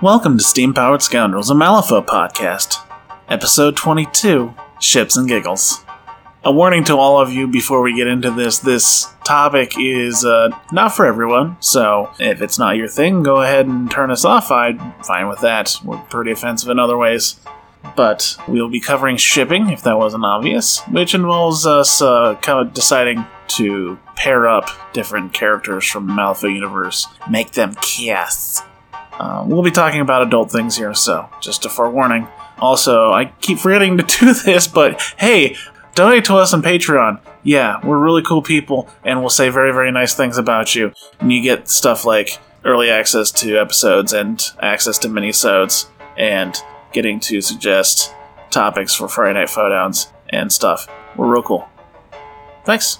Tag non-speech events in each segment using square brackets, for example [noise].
Welcome to Steam Powered Scoundrels, a Malifaux podcast, episode 22 Ships and Giggles. A warning to all of you before we get into this this topic is uh, not for everyone, so if it's not your thing, go ahead and turn us off. I'm fine with that. We're pretty offensive in other ways. But we'll be covering shipping, if that wasn't obvious, which involves us uh, kind of deciding to pair up different characters from the Malifaux universe, make them kiss. Uh, we'll be talking about adult things here, so just a forewarning. Also, I keep forgetting to [laughs] do this, but hey, donate to us on Patreon. Yeah, we're really cool people, and we'll say very, very nice things about you. And you get stuff like early access to episodes and access to minisodes, and getting to suggest topics for Friday Night Photons and stuff. We're real cool. Thanks.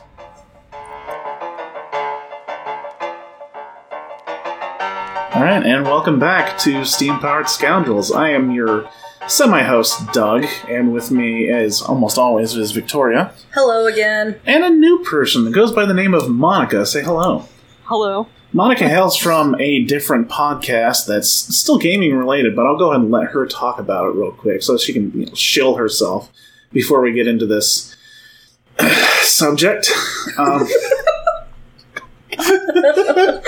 All right, and welcome back to Steam Powered Scoundrels. I am your semi-host, Doug, and with me, as almost always, is Victoria, Hello again. and a new person that goes by the name of Monica. Say hello. [laughs] Hello. Monica hails from a different podcast that's still gaming related, but I'll go ahead and let her talk about it real quick so she can you know, shill herself before we get into this [sighs] subject. Um, [laughs]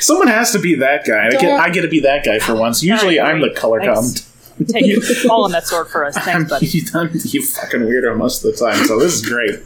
someone has to be that guy. I get, I get to be that guy for once. Usually I'm the color Thanks. cummed. [laughs] Take all on that sword for us. Thanks, buddy. you, [laughs] I'm- you fucking weirdo most of the time, so this is great.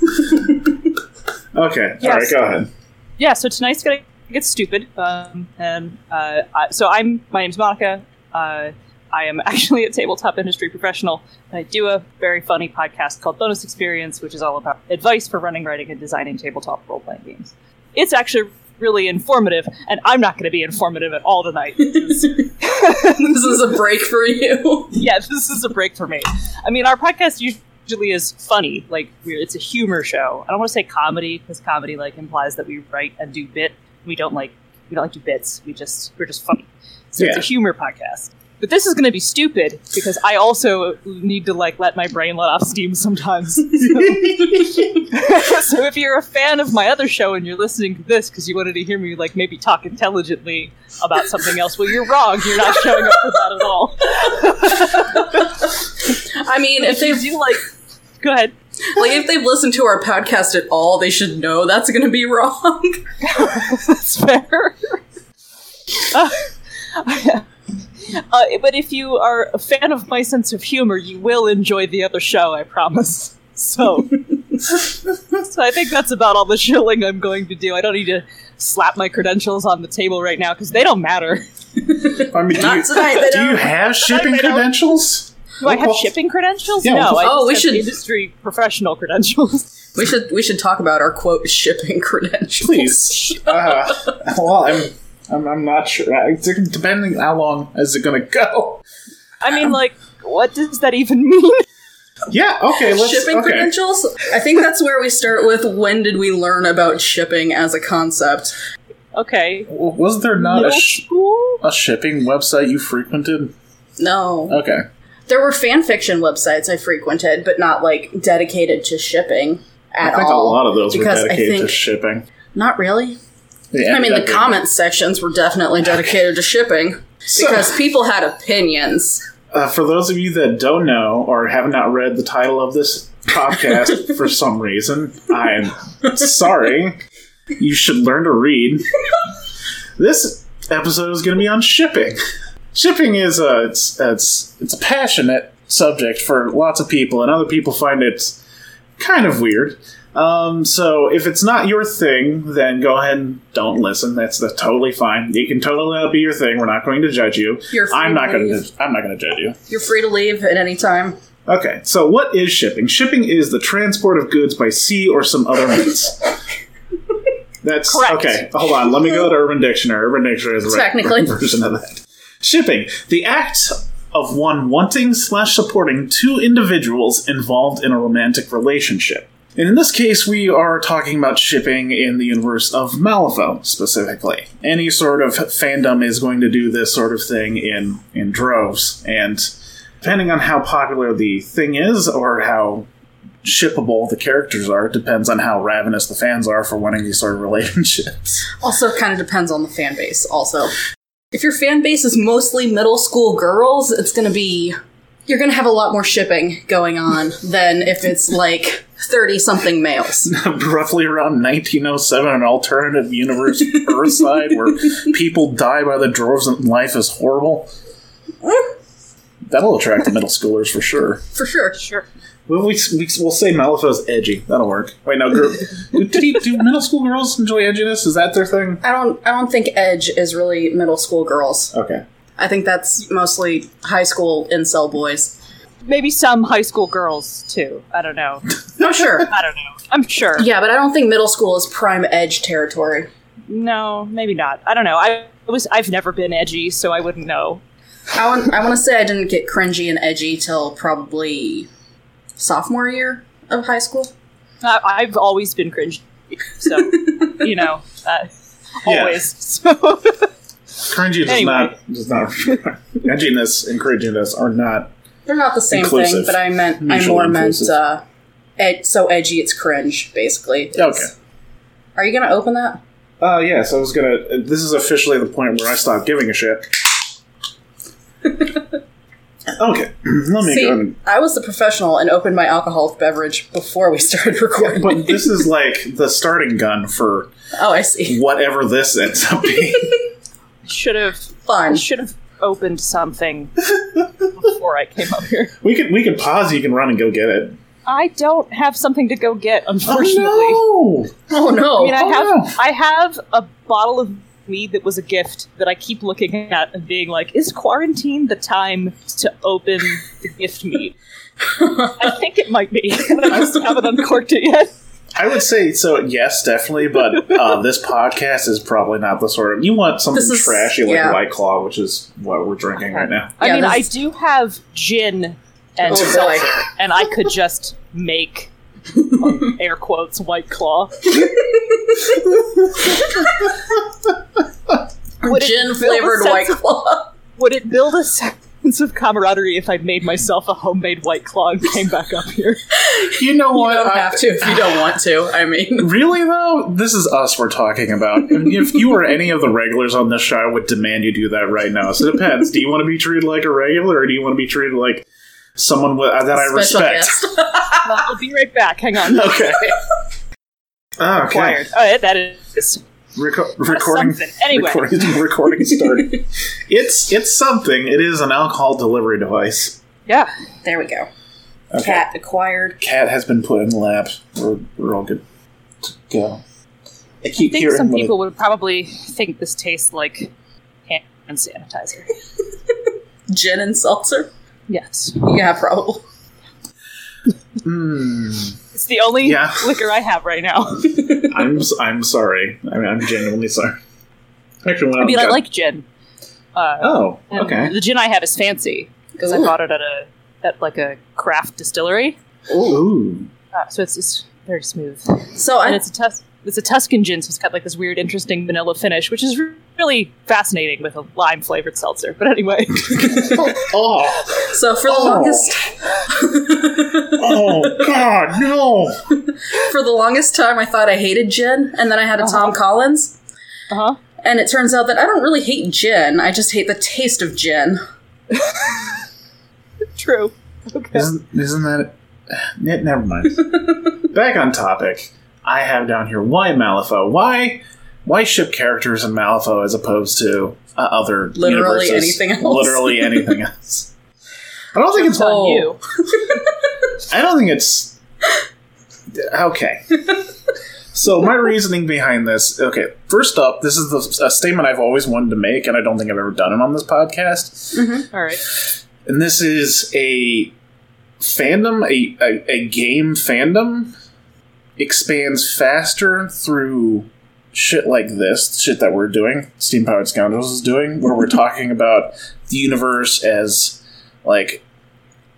[laughs] okay, all right, Yes. go ahead. Yeah, so tonight's gonna get stupid. Um, and uh, I, so I'm. My name's Monica. Uh, I am [laughs] actually a tabletop industry professional. And I do a very funny podcast called Bonus Experience, which is all about advice for running, writing, and designing tabletop role playing games. It's actually really informative, and I'm not going to be informative at all tonight. [laughs] This is a break for you. yeah, this is a break for me. I mean, our podcast usually is funny, like we're, it's a humor show. I don't want to say comedy because comedy like implies that we write and do bit. We don't like we don't like do bits. We just we're just funny. So it's Yeah. a humor podcast. But this is going to be stupid because I also need to like let my brain let off steam sometimes. [laughs] so if you're a fan of my other show and you're listening to this because you wanted to hear me like maybe talk intelligently about something else, well, you're wrong. You're not showing up for that at all. I mean, if they've If you like, go ahead. [laughs] like if they've listened to our podcast at all, they should know that's going to be wrong. That's fair. uh, uh, but if you are a fan of my sense of humor, you will enjoy the other show. I promise. So, so I think that's about all the shilling I'm going to do. I don't need to slap my credentials on the table right now because they don't matter. I mean, [laughs] do Not you, tonight. They do you don't. have shipping don't- credentials? Do I have Well, shipping credentials? Yeah, no, well, I oh, just we have should- industry professional credentials. we should we should talk about our quote shipping [laughs] credentials. Please. Uh, well, I'm, I'm, I'm not sure. I- Depending how long is it going to go? I mean, like, what does that even mean? Yeah. Okay. Let's. shipping okay. credentials. I think that's where we start with. When did we learn about shipping as a concept? Okay, W- Was there not a, middle Uh, sh- school. a shipping website you frequented? No, Okay. there were fan fiction websites I frequented, but not like dedicated to shipping at I think all. a lot of those were because I dedicated to think- shipping. Not really. They I ended mean, the up being- comments sections were definitely dedicated to shipping So- because people had opinions. Uh, for those of you that don't know or have not read the title of this [laughs] podcast for some reason, I'm sorry. You should learn to read. This episode is going to be on shipping. Shipping is a it's, it's it's a passionate subject for lots of people, and other people find it kind of weird. Um, so if it's not your thing, then go ahead and don't listen. That's, that's totally fine. You can totally let it be your thing. We're not going to judge you. You're free I'm to not going leave. to. I'm not going to judge you. You're free to leave at any time. Okay, so what is shipping? Shipping is the transport of goods by sea or some other means. That's Correct. okay. Hold on, let me go to Urban Dictionary. Urban Dictionary is the right [laughs] Technically. version of that. Shipping, the act of one wanting slash supporting two individuals involved in a romantic relationship. And in this case, we are talking about shipping in the universe of Malifaux specifically. Any sort of fandom is going to do this sort of thing in in droves, and depending on how popular the thing is or how shippable the characters are, it depends on how ravenous the fans are for wanting these sort of [laughs] relationships. Also, kind of depends on the fan base, also. If your fan base is mostly middle school girls, it's going to be. You're going to have a lot more shipping going on than if it's like 30 something males. [laughs] Roughly around 1907, an alternative universe Earthside where people die by the dwarves and life is horrible. That'll attract the middle schoolers for sure. For sure. Sure. We'll, we, we, we'll say Malifaux's edgy. That'll work. Wait, no, girl, [laughs] did he, do middle school girls enjoy edginess? Is that their thing? I don't I don't think edge is really middle school girls. Okay. I think that's mostly high school incel boys. Maybe some high school girls too. I don't know. No, sure. I don't know. I'm sure. Yeah, but I don't think middle school is prime edge territory. No, maybe not. I don't know. I was I've never been edgy, so I wouldn't know. I want, I want to say I didn't get cringy and edgy till probably sophomore year of high school. I, I've always been cringy, so you know, uh, Yeah. always. So [laughs] Cringy does Anyway. not. Does not [laughs] edginess and cringiness are not. They're not the same Inclusive. thing, but I meant I Mutually more meant inclusive. uh, ed- so edgy it's cringe basically. It's- Okay. Are you gonna open that? Uh, yes, I was gonna. This is officially the point where I stop giving a shit. okay, [clears throat] let me See, go. And, I was the professional and opened my alcoholic beverage before we [laughs] started recording. but this is like the starting gun for oh, I see. whatever this ends up being. should have Fun. should have opened something before I came up here. we could we could pause. You can run and go get it. I don't have something to go get, unfortunately. Oh, Oh no! I mean, I Oh, have no. I have a bottle of mead that was a gift that I keep looking at and being like, is quarantine the time to open the gift mead? I think it might be, [laughs] but I just haven't uncorked it yet. I would say so. Yes, definitely. But uh, this podcast is probably not the sort of you want something This is- trashy like yeah. White Claw, which is what we're drinking right now. I Yeah, mean, this- I do have gin and Oh, boy. seltzer, and I could just make um, air quotes white [laughs] claw. Would it gin build a flavored sense white of- claw. Would it build a sense of camaraderie if I made myself a homemade white claw and came back up [laughs] here? You know You what? don't I- have to if you don't want to. I mean, Really though, this is us we're talking about. And if you were any of the regulars on this show, I would demand you do that right now. So it depends. do you want to be treated like a regular, or do you want to be treated like someone with, that I special respect? guest. I'll be right back. Hang on. Okay. [laughs] Ah, okay. Wired. All right, that is. Reco- recording. something. Anyway. recording, recording [laughs] started. it's it's something. It is an alcohol delivery device. Yeah. There we go. Okay. Cat acquired. Cat has been put in the lab. We're, we're all good to go. I I keep think hearing some what it- people would probably think this tastes like hand sanitizer. Gin and seltzer? Yes. Yeah, probably. Hmm, It's the only Yeah. liquor I have right now. [laughs] I'm s- I'm sorry. I mean, I'm genuinely sorry. Actually, when I mean, I got- like gin. Uh, Oh, and okay. The gin I have is fancy because I Ooh. bought it at a at like a craft distillery, [laughs] Ooh. uh, so it's, it's very smooth. So And I, it's a Tus- it's a Tuscan gin, so it's got like this weird, interesting vanilla finish, which is re- really fascinating with a lime flavored seltzer. [laughs] But anyway, Oh. so for the Oh. longest Oh God, no. for the longest time, I thought I hated gin, and then I had a Uh-huh. Tom Collins, uh huh. and it turns out that I don't really hate gin. I just hate the taste of gin. True. Okay. Isn't isn't that? [sighs] Ne- never [laughs] mind. Back on topic. I have down here why Malifaux? Why why ship characters in Malifaux as opposed to uh, other Literally universes? anything else. [laughs] Literally anything else. I don't think it's On Oh. you. I don't think it's okay. so [laughs] my reasoning behind this, okay, first up, this is the, a statement I've always wanted to make, and I don't think I've ever done it on this podcast. Mm-hmm. All right. And this is a fandom, a, a, a game fandom expands faster through shit like this, shit that we're doing, Steam Powered Scoundrels is doing, where we're talking about the universe as like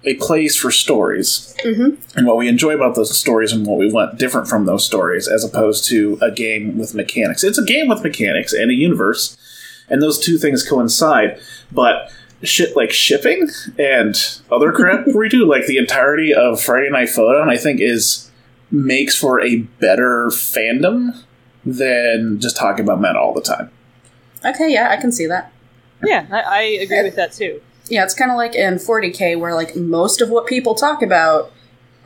a place for stories Mhm. and what we enjoy about those stories and what we want different from those stories as opposed to a game with mechanics. It's a game with mechanics and a universe, and those two things coincide, but shit like shipping and other crap we do, like the entirety of Friday Night Photon, I think is makes for a better fandom than just talking about men all the time. Okay, yeah, I can see that. Yeah, I, I agree with that too. Yeah, it's kind of like in 40k where like most of what people talk about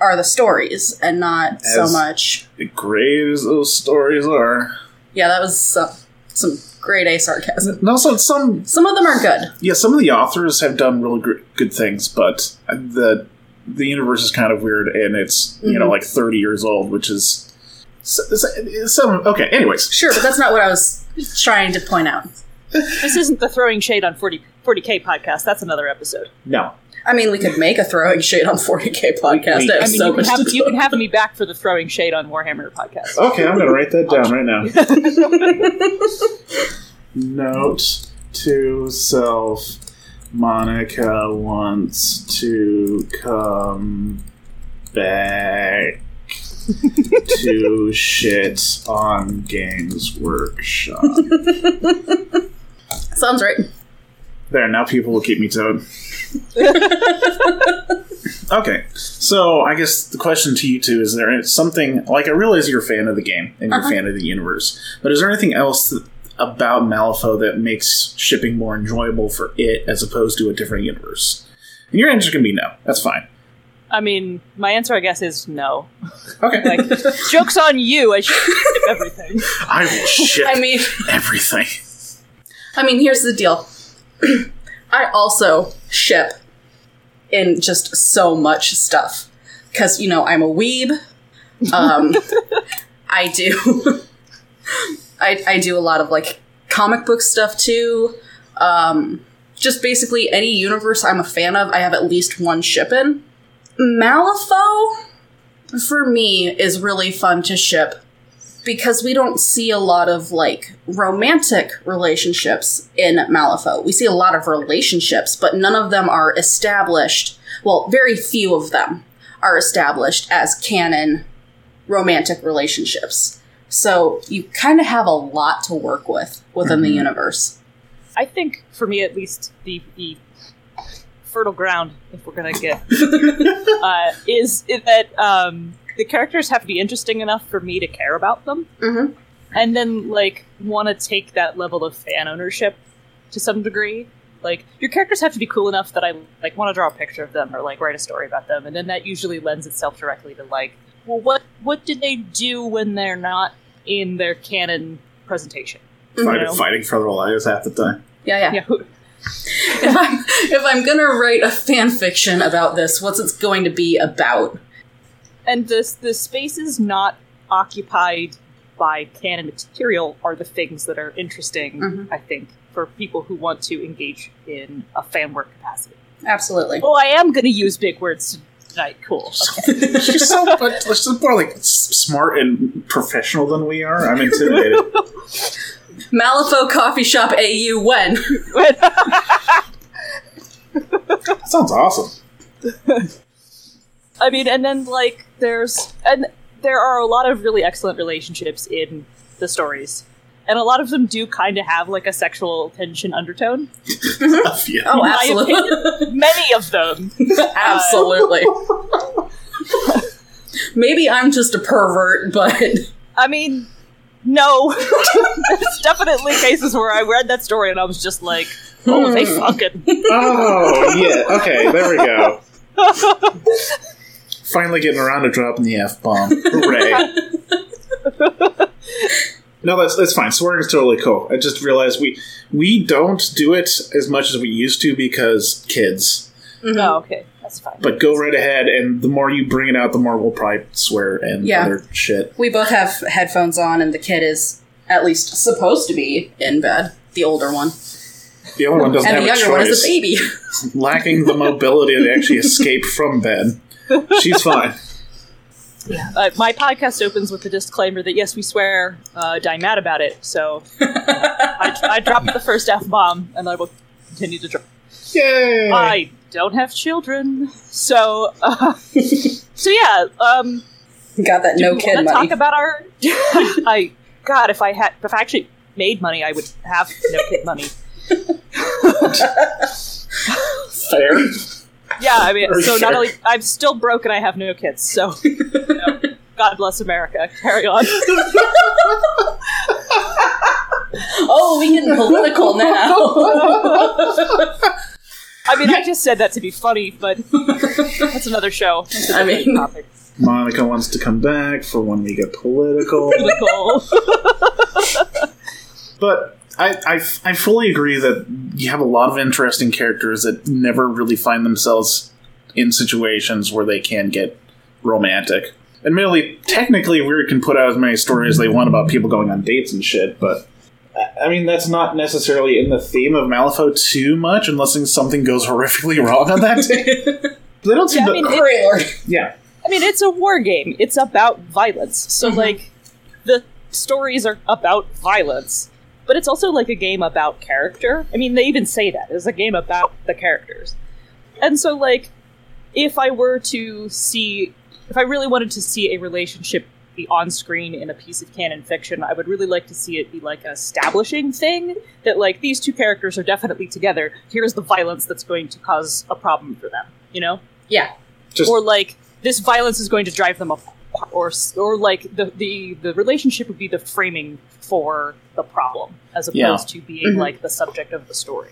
are the stories and not so As- much. Great as those stories are. Yeah, that was some, some grade A sarcasm. And also, some Some of them are good. yeah, some of the authors have done really gr- good things, but the the universe is kind of weird, and it's you know like thirty years old, which is s- s- some okay. Anyways, Sure, but that's not what I was trying to point out. This isn't the throwing shade on 40, 40k podcast. That's another episode. no, I mean, we could make a throwing shade on 40k podcast. We- I have I mean, so you, can much have, to you can have me back for the throwing shade on Warhammer podcast. okay, I'm gonna write that down right now. [laughs] Note to self: Monica wants to come back. to shit on Games Workshop. [laughs] Sounds right. There, now people will keep me to it. okay, so I guess the question to you two is there something, like, I realize you're a fan of the game and Uh-huh. you're a fan of the universe, but is there anything else that, about Malifaux that makes shipping more enjoyable for it as opposed to a different universe? And your answer can be no. That's fine. I mean, my answer, I guess, is no. Okay. Like, [laughs] joke's on you. I should skip everything. [laughs] I will ship I mean, everything. I mean, here's the deal. [clears throat] I also ship in just so much stuff because you know I'm a weeb. Um, I do. [laughs] I I do a lot of like comic book stuff too. Um, just basically any universe I'm a fan of, I have at least one ship in. Malifaux for me is really fun to ship because we don't see a lot of like romantic relationships in Malifaux. We see a lot of relationships, but none of them are established. Well, very few of them are established as canon romantic relationships. So you kind of have a lot to work with within the Mhm. universe. I think, for me at least, the, the fertile ground, if we're going to get, uh, is, is that um, the characters have to be interesting enough for me to care about them. Mm-hmm. and then like want to take that level of fan ownership to some degree. Like your characters have to be cool enough that I like want to draw a picture of them or like write a story about them, and then that usually lends itself directly to like, well, what what did they do when they're not in their canon presentation? Fighting, No. fighting for their lives half the time. Yeah, yeah. Yeah, who- if I'm if I'm gonna write a fan fiction about this, what's it going to be about? and this the spaces not occupied by canon material are the things that are interesting, Mhm. I think, for people who want to engage in a fan work capacity. Absolutely. Oh, I am going to use big words tonight. [laughs] Cool. [laughs] She's so much she's so more like s- smart and professional than we are. I'm intimidated. Malifaux Coffee Shop AU when? Sounds awesome. I mean, and then like there's and there are a lot of really excellent relationships in the stories, and a lot of them do kind of have like a sexual tension undertone. Yeah. [laughs] Oh, my [laughs] absolutely. Many of them. [laughs] absolutely. [laughs] Maybe I'm just a pervert, but [laughs] I mean, no, [laughs] there's definitely cases where I read that story and I was just like, oh, they Hmm. [laughs] Mm-hmm. fucking. Oh, yeah. Okay, there we go. Finally getting around to dropping the F bomb. Hooray. No, that's that's fine. Swearing is totally cool. I just realized we we don't do it as much as we used to because kids. No, Oh, okay, that's fine. But go right ahead, and the more you bring it out, the more we'll probably swear and Yeah. other shit. we both have headphones on, and the kid is at least supposed to be in bed. The older one, The other one doesn't and have the a younger choice. one is a baby. [laughs] lacking the mobility to actually escape from bed. She's fine. Uh, my podcast opens with the disclaimer that yes, we swear, uh, die mad about it. [laughs] So I, I dropped the first f bomb, and I will continue to drop. Yay! I don't have children, so [laughs] uh, so yeah. Um, Got that no we kid wanna money. Talk about our. [laughs] I God, if I had, if I actually made money, I would have no kid money. Fair. Yeah, I mean, For so sure. not only I'm still broke and I have no [laughs] kids, so you know, God bless America. Carry on. Oh, we [laughs] getting political now. I mean, I just said that to be funny, [laughs] but that's another show. That's a I different mean- topic. Monica wants to come back for when we get political. Political. But I, I, I fully agree that you have a lot of interesting characters that never really find themselves in situations where they can get romantic. Admittedly, technically, Weird can put out as many stories as they want about people going on dates and shit, but. I- I mean, that's not necessarily in the theme of Malifaux too much, unless something goes [laughs] horrifically wrong on that date. they don't seem Yeah, I to. mean, it- Great lord. yeah. I mean, it's a war game. It's about violence. So, Mhm. like, the stories are about violence, but it's also like a game about character. I mean, they even say that it's a game about the characters. And so, like, if I were to see, if I really wanted to see a relationship be on screen in a piece of canon fiction, I would really like to see it be like an establishing thing that, like, these two characters are definitely together. Here's the violence that's going to cause a problem for them, you know? Yeah. Just, or like this violence is going to drive them apart, or or like the the the relationship would be the framing for the problem, as opposed Yeah. to being Mhm. like the subject of the story.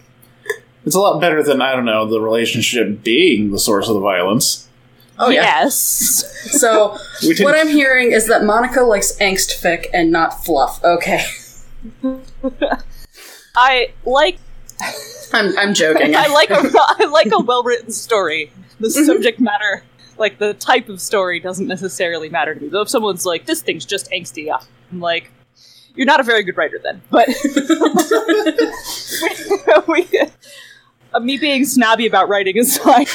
it's a lot better than, I don't know, the relationship being the source of the violence. Oh yeah. Yes, So We didn't- what I'm hearing is that Monica likes angst fic and not fluff. Okay. [laughs] I like I'm I'm joking. [laughs] I like a I like a well written story. The subject matter, like the type of story, doesn't necessarily matter to me. Though if someone's like this thing's just angsty, yeah, I'm like. You're not a very good writer, then. But [laughs] we, uh, me being snobby about writing is like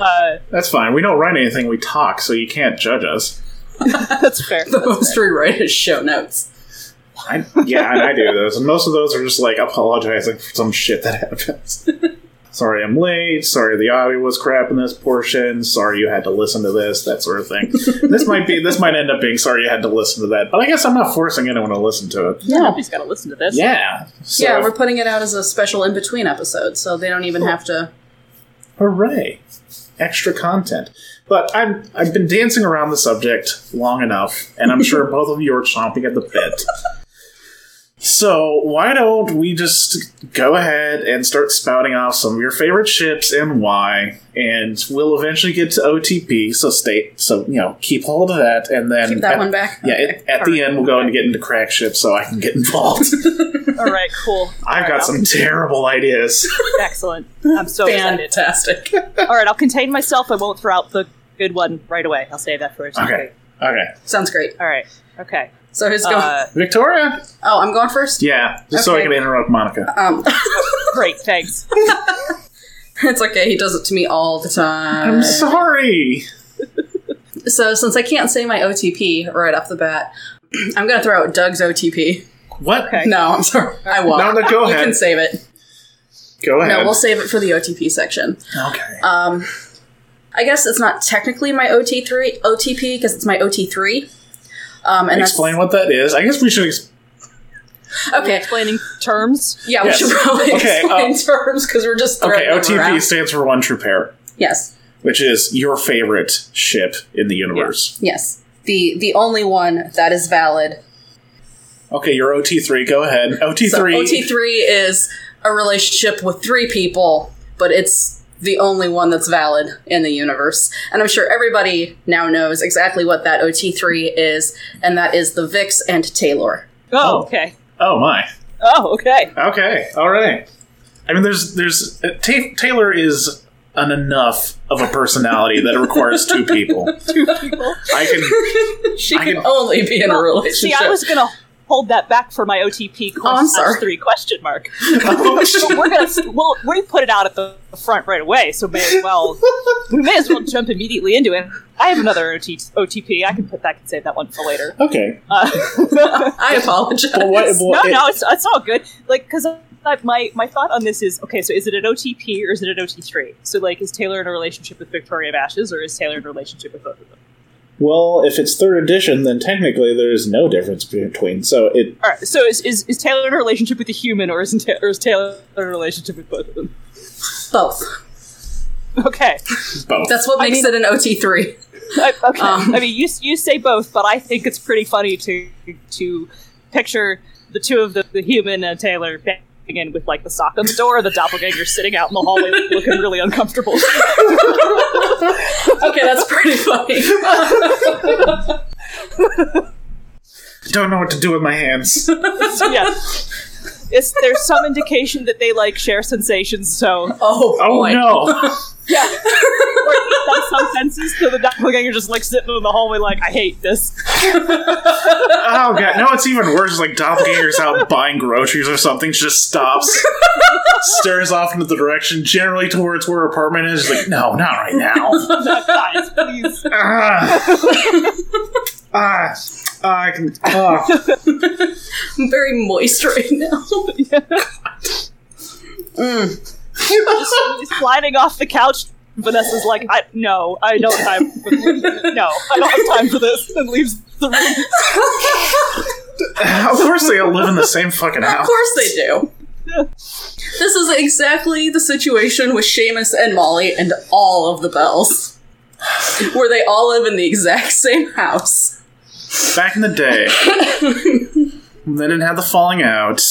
uh, That's fine. We don't write anything, we talk, so you can't judge us. That's fair. the [laughs] host rewrite his show notes. I, yeah, and I do those. And most of those are just like apologizing for some shit that happens. [laughs] sorry I'm late. Sorry the audio was crap in this portion. Sorry you had to listen to this, that sort of thing. this might be this might end up being sorry you had to listen to that. But I guess I'm not forcing anyone to listen to it. Nobody's got to listen to this. Yeah. So, yeah, we're putting it out as a special in between episode, so they don't even have to. hooray. Extra content. But I'm I've been dancing around the subject long enough, and I'm [laughs] sure both of you are chomping at the bit. So why don't we just go ahead and start spouting off some of your favorite ships and why, and we'll eventually get to OTP. So stay, so you know, keep hold of that, and then Keep that at, one back. Yeah, Okay. at, at the end we'll go and get into crack ships, so I can get involved. [laughs] All right, cool. All I've right, got I'll- some terrible [laughs] ideas. Excellent. I'm so excited. Fantastic. All right, I'll contain myself. I won't throw out the good one right away. I'll save that for a second. Okay, okay, [laughs] Sounds great. All right. Okay. So who's going? Uh, Victoria. oh, I'm going first. Yeah, just so I Okay. can interrupt Monica. Um, great. Thanks. [laughs] it's okay. He does it to me all the time. I'm sorry. So since I can't say my OTP right off the bat, [clears throat] I'm going to throw out Doug's OTP. What? Okay. No, I'm sorry. I won't. No, no, go You can ahead. save it. Go ahead. No, we'll save it for the OTP section. okay. Um, I guess it's not technically my OT three OTP because it's my OT three. Um, and Explain what that is. I guess we should. Ex- That's, [laughs] okay. Explaining terms. Yeah, we Yes. should probably Okay, explain [laughs] um, terms because we're just throwing okay, them OTP around. stands for one true pair, Yes, which is your favorite ship in the universe. yes. The the only one that is valid. Okay, your OT three. Go ahead. OT So three. OT three is a relationship with three people, but it's the only one that's valid in the universe. And I'm sure everybody now knows exactly what that OT three is, and that is the Vix and Taylor. Oh, Oh. okay. Oh my. Oh, okay. Okay. All right. I mean, there's there's uh, Ta Taylor is an enough of a personality that it requires two people. [laughs] Two people. I can. [laughs] She I can can- only be in a See, relationship. I was gonna hold that back for my OTP. Oh, I'm slash sorry. Three question mark. Oh, But shit. [laughs] we're gonna well, we put it out at the front right away, so may as well we may as well jump immediately into it. I have another OT, OTP. I can put that, can save that one for later. okay. Uh, [laughs] I apologize. But what? no, what- no, it's, it's all good. Like, because my my thought on this is okay. So, is it an OTP or is it an OT three? So, like, is Taylor in a relationship with Victoria of Ashes, or is Taylor in a relationship with both of them? Well, if it's third edition, then technically there is no difference between. So it All right. So, is is, is Taylor in a relationship with a human, or is or is Taylor in a relationship with both of them? [laughs] Both. Okay. both. That's what I makes mean- it an OT three. I, okay. Um. I mean, you you say both, but I think it's pretty funny to to picture the two of the, the human uh, Taylor banging in with like the sock on the door, the doppelganger sitting out in the hallway looking really uncomfortable. [laughs] Okay, that's pretty funny. Don't know what to do with my [laughs] hands. yeah. It's, there's some indication that they like share sensations, so [laughs] Oh, Oh boy. [laughs] no! yeah. Or at least on some senses, so the doppelganger just like sitting in the hallway, like I hate this. Oh god! No, it's even worse. Like doppelgangers [laughs] out buying groceries or something, she just stops, stares off into the direction, generally towards where her apartment is. Like, no, not right [laughs] now. Guys, please. Ah, Uh, ah, ah, I can. ah. I'm very moist right [laughs] now. He's sliding off the couch. Vanessa's like, I no, I don't have time for this. no, I don't have time for this, and leaves the room. [laughs] Of course, they all live in the same fucking Of house. course they do. This is exactly the situation with Seamus and Molly and all of the Bells, where they all live in the exact same house. Back in the [laughs] day, when they didn't have the falling out.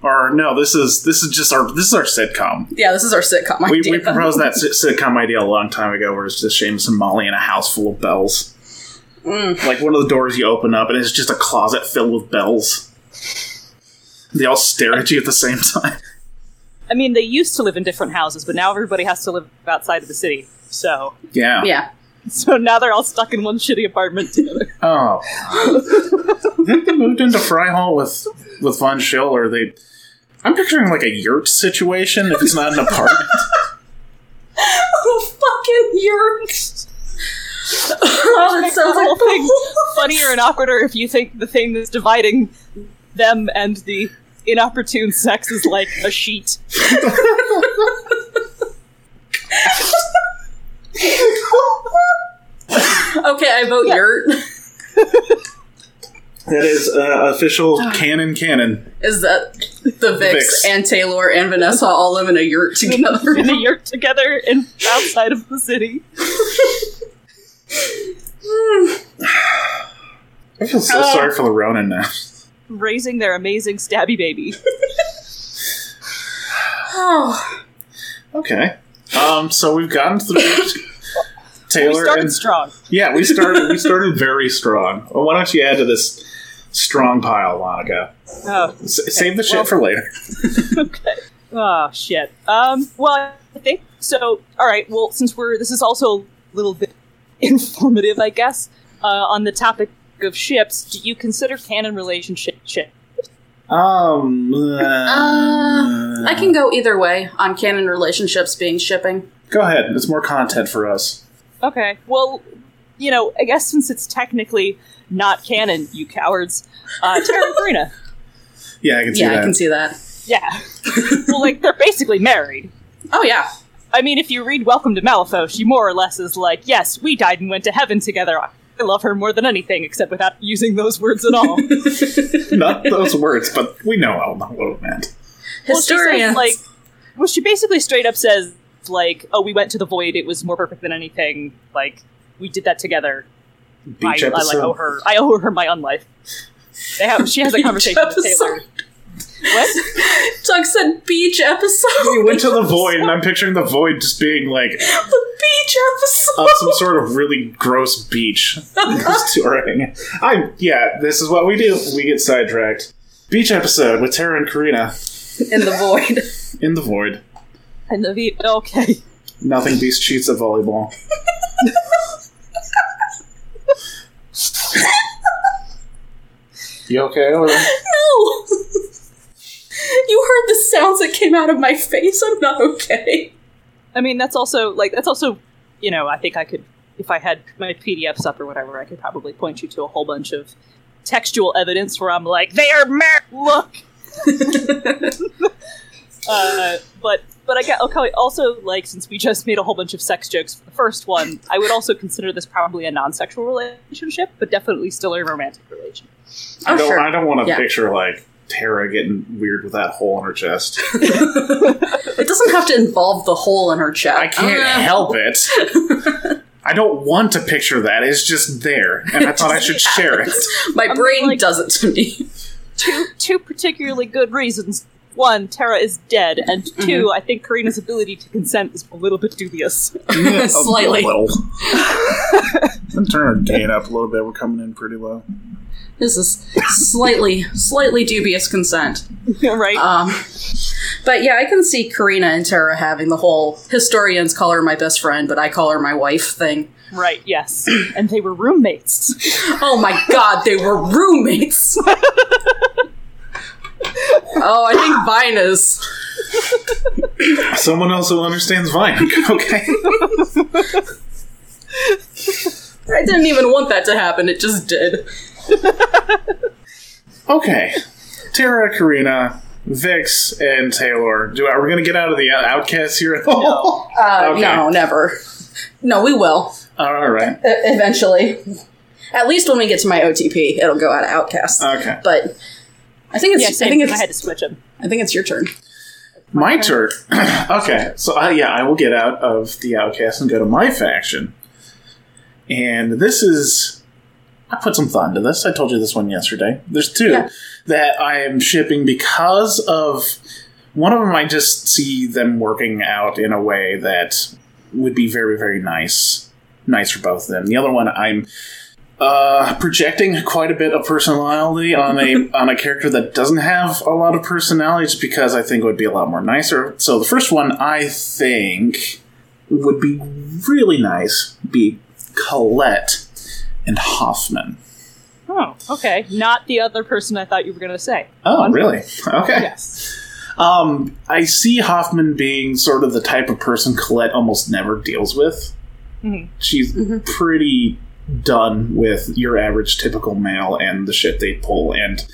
Or no, this is this is just our this is our sitcom. Yeah, this is our sitcom We, idea. we proposed that sit- sitcom idea a long time ago, where it's just Seamus and Molly in a house full of bells. Like one of the doors you open up, and it's just a closet filled with bells. They all stare at you at the same time. [laughs] I mean, they used to live in different houses, but now everybody has to live outside of the city. So, Yeah. yeah. so now they're all stuck in one shitty apartment together. Oh. I think they moved into Fry Hall with with Von Schill, or they. I'm picturing like a yurt situation if it's not an apartment. Oh, fucking yurt. oh, that sounds The like whole thing funnier and awkwarder if you think the thing that's dividing them and the inopportune sex is like a sheet. Okay, I vote yurt. [laughs] that is uh, official canon canon. Is that the Vix, Vix. and Taylor and Vanessa all live in a yurt together? in a yurt together and outside of the city. I feel so sorry for the Ronin now. raising their amazing stabby baby. oh, Okay. Um. So we've gotten [laughs] through We Taylor started and strong. yeah, we started we started very strong. Well, why don't you add to this strong pile, Monica? Oh, S- Save the shit well- for later. oh shit. Um, well, I think so. All right. Well, since we're this is also a little bit informative, I guess, uh, on the topic of ships. Do you consider canon relationship ship? Um. Uh, I can go either way on canon relationships being shipping. go ahead. It's more content for us. Okay. Well, you know, I guess since it's technically not canon, you cowards, uh, Tara and Brina. Yeah, I can see yeah, that. I can see that. Yeah. well, like they're basically married. Oh yeah, I mean, if you read Welcome to Malifaux, she more or less is like, yes, we died and went to heaven together. I love her more than anything, except without using those words at all. well, Not those words, but we know all know what it meant. she says, historians. like, well, she basically straight up says, like, oh, we went to the void. It was more perfect than anything. Like, we did that together. I, Beach I like episode. owe her. I owe her my unlife. They have. She has a Beach conversation with Taylor. episode. What? Doug said beach episode. We went [laughs] to the void, and I'm picturing the void just being like the beach episode. up some sort of really gross beach. [laughs] Those two are hanging. I yeah, this is what we do. We get sidetracked. Beach episode with Tara and Karina In the void. in the void. And the V- okay. Nothing beats cheats at volleyball. you okay? Or- [laughs] No. you heard the sounds that came out of my face. I'm not okay. I mean, that's also like that's also, you know, I think I could if I had my PDFs up or whatever, I could probably point you to a whole bunch of textual evidence where I'm like, they are mer- look. uh, but but I get okay. Also, like since we just made a whole bunch of sex jokes for the first one, I would also consider this probably a non-sexual relationship, but definitely still a romantic relationship. I Oh, don't. sure. I don't want to Yeah. picture like Tara getting weird with that hole in her chest. It doesn't have to involve the hole in her chest. I can't Uh, help [laughs] it. I don't want to [laughs] picture that. It's just there, and I thought I should share it. My brain like- does it to me. two two particularly good reasons. One, Tara is dead, and Mm-hmm. 2 I think Karina's ability to consent is a little bit dubious. [laughs] [laughs] Yeah, a Slightly. little. I'm turning our gain up a little bit. We're coming in pretty low. This is slightly, slightly dubious consent. right? Um, but yeah, I can see Karina and Tara having the whole historians call her my best friend, but I call her my wife thing. right, yes. And they were [laughs] roommates. Oh my god, they were roommates! [laughs] oh, I think Vine is. Someone else who understands Vine. [laughs] Okay. I didn't even want that to happen, it just did. Okay. Tara, Karina, Vix, and Taylor. Do are we going to get out of the uh, outcasts here at all? Uh, Okay. No, never. No, we will. all right. E- eventually. At least when we get to my OTP, it'll go out of Outcasts. Okay. But I think it's Yeah, I same, think I it's had to switch them. I think it's your turn. My turn. [clears throat] okay, so uh, yeah, I will get out of the outcast and go to my faction. And this is. I put some thought into this. I told you this one yesterday. There's two Yeah. that I am shipping because of. One of them I just see them working out in a way that would be very, very nice. Nice for both of them. The other one I'm uh, projecting quite a bit of personality on a on a character that doesn't have a lot of personality just because I think it would be a lot more nicer. So the first one I think would be really nice be Colette and Hoffman. Oh, okay. Not the other person I thought you were going to say. Oh, really? Okay. Yes. Um, I see Hoffman being sort of the type of person Colette almost never deals with. Mhm. She's pretty done with your average typical male and the shit they pull. And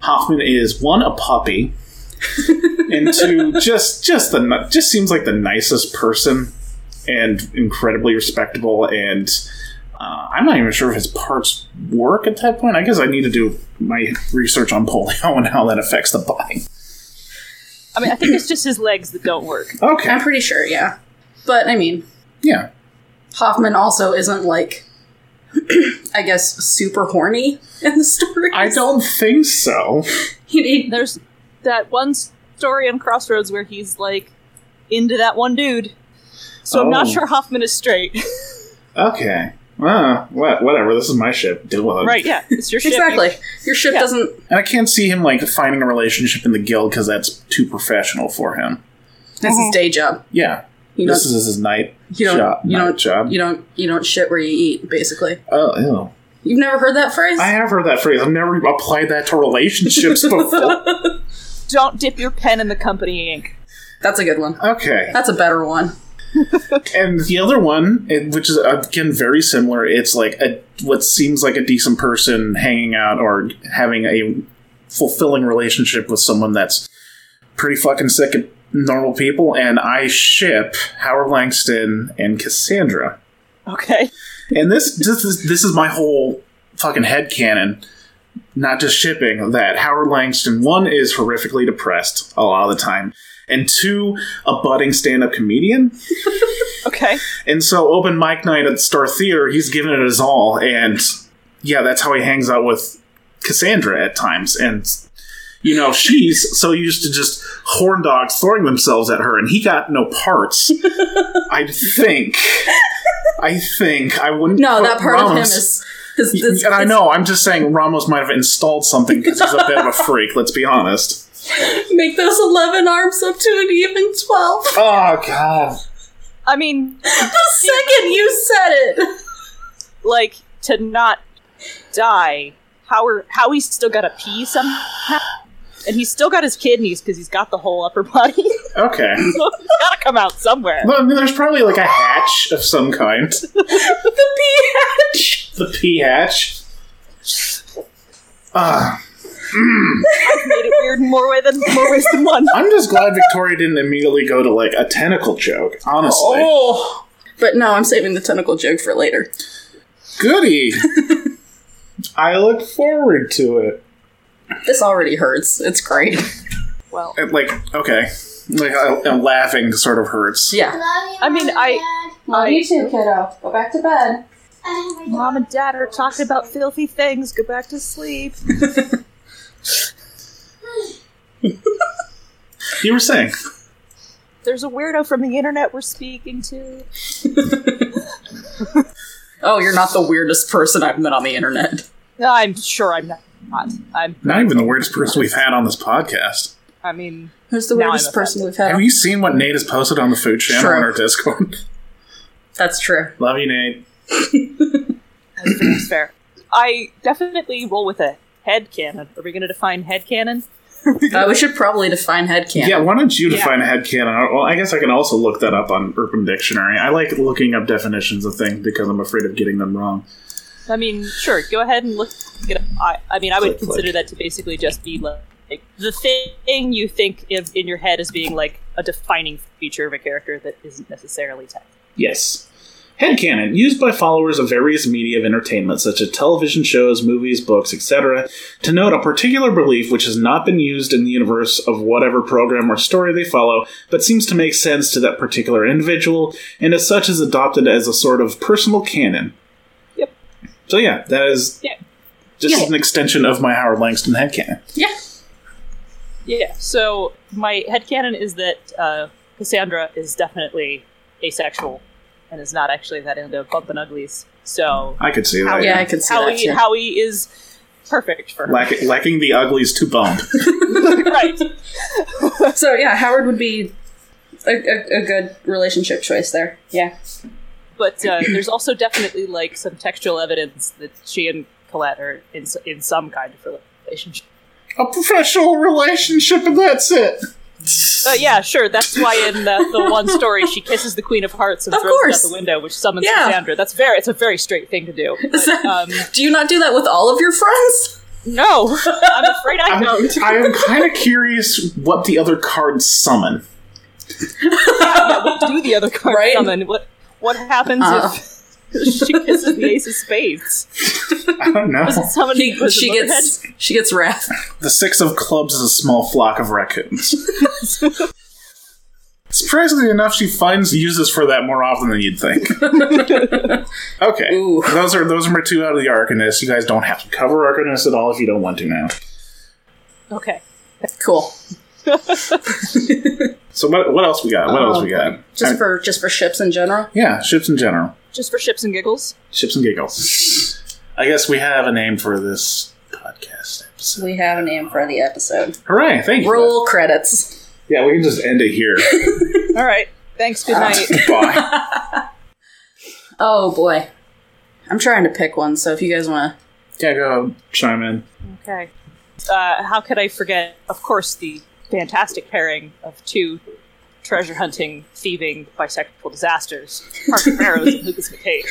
Hoffman is one a puppy, and two just just the ni- just seems like the nicest person and incredibly respectable. And uh, I'm not even sure if his parts work at that point. I guess I need to do my research on polio and how that affects the body. I mean, I think it's just his legs that don't work. Okay. I'm pretty sure, yeah. But I mean, Yeah. Hoffman also isn't like [clears throat] I guess super horny in the story. I don't think so. he, he- There's that one story on Crossroads where he's like into that one dude. So I'm not Oh. sure Hoffman is straight. Okay. Uh, what, whatever. This is my ship. Deal with it. right, yeah. It's your ship. exactly. Your ship Yeah. doesn't And I can't see him like finding a relationship in the guild because that's too professional for him. that's his day job. Yeah. You Mm-hmm. this don't- is his night You don't job. you night don't job. you don't you don't shit where you eat, basically. oh, ew. You've never heard that phrase? I have heard that phrase. I've never applied that to relationships [laughs] before. Don't dip your pen in the company ink. That's a good one. okay. That's a better one. And the other one, it- which is again very similar, it's like a, what seems like a decent person hanging out or having a fulfilling relationship with someone that's pretty fucking sick at normal people. And I ship Howard Langston and Cassandra. Okay. And this this is this is my whole fucking headcanon, not just shipping, that Howard Langston, one, is horrifically depressed a lot of the time, and two, a budding stand up comedian. Okay. And so open mic night at Star Theater, he's giving it his all, and yeah, that's how he hangs out with Cassandra at times. And you know, she's so used to just horn dogs throwing themselves at her, and he got no [laughs] parts. I think. I think I wouldn't. No, put that part of him Ramos- is is, is- and I is- know, I'm just saying Ramos might have installed something because he's a bit of a freak, let's be honest. make those eleven arms up to an even twelve. [laughs] Oh, God. I mean, [laughs] The second you said it. like to not die. How are how he's still got to pee somehow, and he's still got his kidneys because he's got the whole upper [laughs] body. Okay. so it's got to come out somewhere. Well, I mean, there's probably like a hatch of some kind. [laughs] The pee hatch. The P hatch. Uh, Made it weird in more way than more ways than one. I'm just glad Victoria didn't immediately go to like a tentacle joke, honestly. Oh. But no, I'm saving the tentacle joke for later. [laughs] Goody! I look forward to it. This already hurts. It's great. [laughs] Well, And, Uh, like, okay. Like, I, I'm laughing sort of hurts. Yeah. I mean, I- I, too, kiddo. Go back to bed. mom and dad are talking about filthy things. Go back to sleep. You were saying. There's a weirdo from the internet we're speaking to. Oh, you're not the weirdest person I've met on the internet. I'm sure I'm not. not. I'm. Not even the weirdest person we've had on this podcast. I mean, [clears throat] Who's the Now weirdest I'm person we've had? Have you seen what Nate has posted on the food channel Sure. on our Discord? [laughs] That's [laughs] true. Love you, Nate. I think it's fair. I definitely roll with a head cannon. Are we going to define head cannon? Uh, we should probably define headcanon. Yeah, why don't you Yeah. define a headcanon? Well, I guess I can also look that up on Urban Dictionary. I like looking up definitions of things because I'm afraid of getting them wrong. I mean, sure. Go ahead and look. It up. I, I mean, I would Click, click. consider that to basically just be like the thing you think of in your head as being like a defining feature of a character that isn't necessarily tech. Yes. Headcanon, used by followers of various media of entertainment, such as television shows, movies, books, etc., to note a particular belief which has not been used in the universe of whatever program or story they follow, but seems to make sense to that particular individual, and as such is adopted as a sort of personal canon. Yep. So, yeah, that is Yeah. just Yeah. an extension of my Howard Langston headcanon. Yeah. Yeah. So my headcanon is that uh, Cassandra is definitely asexual and is not actually that into bump and uglies. So I could see that. Yeah, I could see Howie that. Yeah. Howie is perfect for her. Lack- lacking the uglies to bump. [laughs] [laughs] right. so yeah, Howard would be a, a, a good relationship choice there. Yeah. But uh, there's also definitely like some textual evidence that she and Colette are in s- in some kind of relationship. a professional relationship, and that's it. Uh, yeah, sure. That's why in uh, the one story she kisses the Queen of Hearts and Of throws it course. out the window, which summons Yeah. Cassandra. That's very. It's a very straight thing [laughs] to do. But, um, Do you not do that with all of your friends? no, I'm afraid I I'm, [laughs] don't. [laughs] I am kind of curious what the other cards summon. What do the other card Right? summon? What what happens Uh. if she kisses the Ace of Spades? I don't know. Does it summon [laughs] He, was it she Motorhead? gets she gets wrath. The six of clubs is a small flock of [laughs] raccoons. Surprisingly enough, she finds uses for that more often than you'd [laughs] think. okay, Ooh. those are those are my two out of the Arcanist. You guys don't have to cover Arcanist at all if you don't want to now. Okay. [laughs] Cool. So what, what else we got? What else we got? Oh, Just I- for just for ships in general. yeah, ships in general. Just for ships and giggles. Ships and [laughs] giggles. I guess we have a name for this podcast episode. We have a name for the episode. Hooray! Thank you. Roll credits. Yeah, we can just end it here. All right. Thanks. Good Uh. night. Bye. Oh boy. I'm trying to pick one, so if you guys wanna Yeah, go uh, chime in. Okay. Uh, how could I forget? Of course, the fantastic pairing of two treasure hunting, thieving, bisexual disasters, Parker Barrows and Lucas McCabe,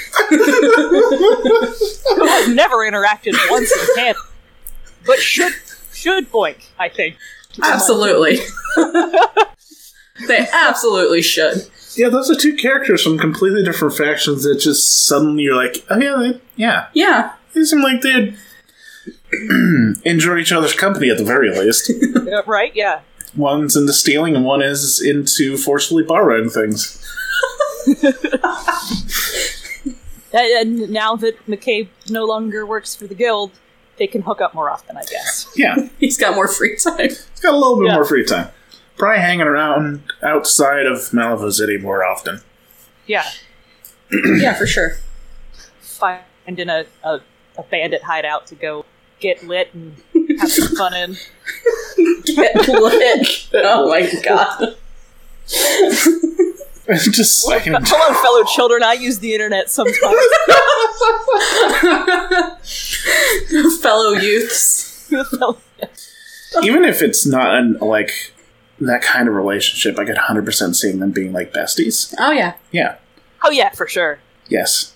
who have never interacted once in canon, but should should boink. I think. Absolutely. [laughs] they absolutely should. Yeah, those are two characters from completely different factions that just suddenly you're like, oh yeah, they, yeah, Yeah. they seem like they'd [clears throat] enjoy each other's company at the very least. Uh, right? Yeah. One's into stealing, and one is into forcefully borrowing things. And, and now that McCabe no longer works for the guild, they can hook up more often, I guess. Yeah, He's got more free time. it's got a little bit Yeah. more free time. Probably hanging around outside of Malvo City more often. [laughs] Yeah. [clears throat] yeah, for sure. finding a, a, a bandit hideout to go get lit and have some fun in. [laughs] Get lit. [laughs] Oh my god. just I can, Hello, fellow children. I use the internet [laughs] sometimes. [laughs] [laughs] Fellow youths. even if it's not an, like that kind of relationship, I could hundred percent see them being like besties. Oh yeah. Yeah. oh yeah, for sure. Yes.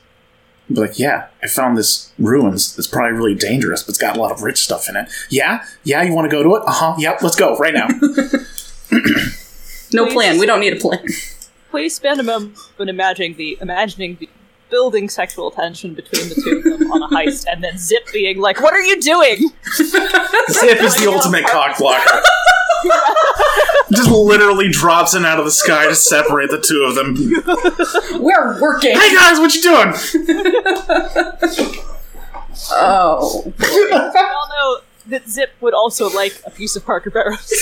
Be like, yeah, I found this ruins. It's probably really dangerous, but it's got a lot of rich stuff in it. Yeah, yeah, you want to go to it? Uh huh. Yep, let's go right now. No Please. plan. We don't need a plan. Please spend a moment imagining the imagining the building sexual tension between the two of them on a heist, and then Zip being like, "What are you doing?" Zip is the ultimate cock blocker. Just literally drops in out of the sky to separate the two of them. We're working. Hey guys, what you doing? Oh. We all know that Zip would also like a piece of Parker Barrows.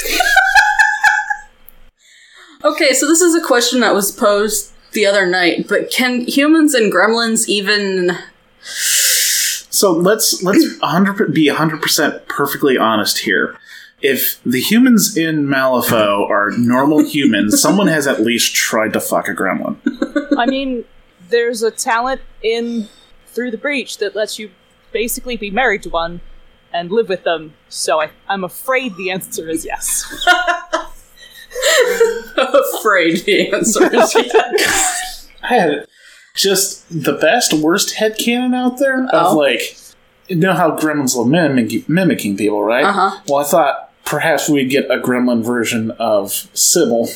Okay, so this is a question that was posed the other night, but can humans and gremlins even [laughs] So let's [clears throat] let's 100 be 100% perfectly honest here. If the humans in Malifaux are [laughs] normal humans, someone has at least tried to fuck a gremlin. [laughs] I mean, there's a talent in Through the Breach that lets you basically be married to one and live with them. So I, I'm afraid the answer is yes. afraid the answer is [laughs] yes. [laughs] I had just the best worst headcanon out there Oh. of like you know how gremlins love mimic- mimicking people, right? Uh-huh. Well, I thought perhaps we'd get a gremlin version of Sybil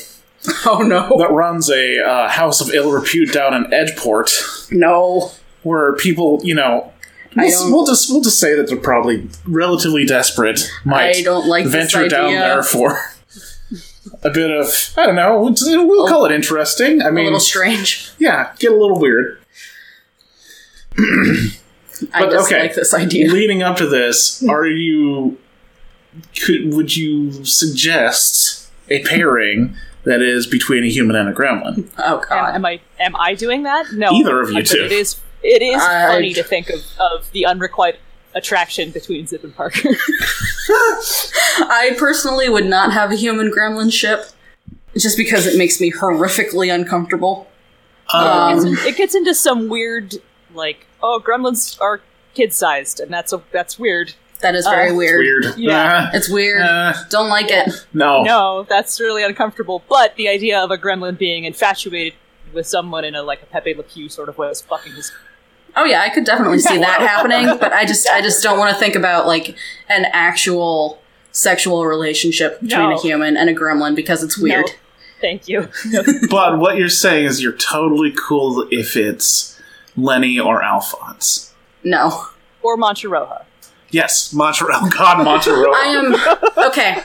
Oh no. that runs a uh, house of ill repute down in Edgeport, No. where people, you know. I We'll, don't- we'll just we'll just say that they're probably relatively desperate. Might I don't like this venture down idea. there for [laughs] a bit of I don't know. We'll, we'll call it interesting. I Oh. A mean, little strange. yeah, get a little weird. I But, just okay. like this idea. [laughs] leading up to this, are you could would you suggest a pairing that is between a human and a gremlin? Oh am, god. am I am I doing that? No. Either of you But two. It is it is I- funny to think of, of the unrequited attraction between Zip and Parker. [laughs] I personally would not have a human gremlin ship just because it makes me horrifically uncomfortable. Um, Um, it gets into some weird like oh gremlins are kid sized and that's a, that's weird that is very uh, weird. weird. yeah. It's weird. Uh, Don't like it. no. no that's really uncomfortable but the idea of a gremlin being infatuated with someone in a like a pepe le pew sort of way is fucking his Oh yeah, I could definitely see that happening, but I just I just don't want to think about like an actual sexual relationship between No. a human and a gremlin because it's weird. No, thank you But what you're saying is you're totally cool if it's Lenny or Alphonse. No. or Monteroha. Yes, Montreal. [laughs] God, Montreal. I am okay.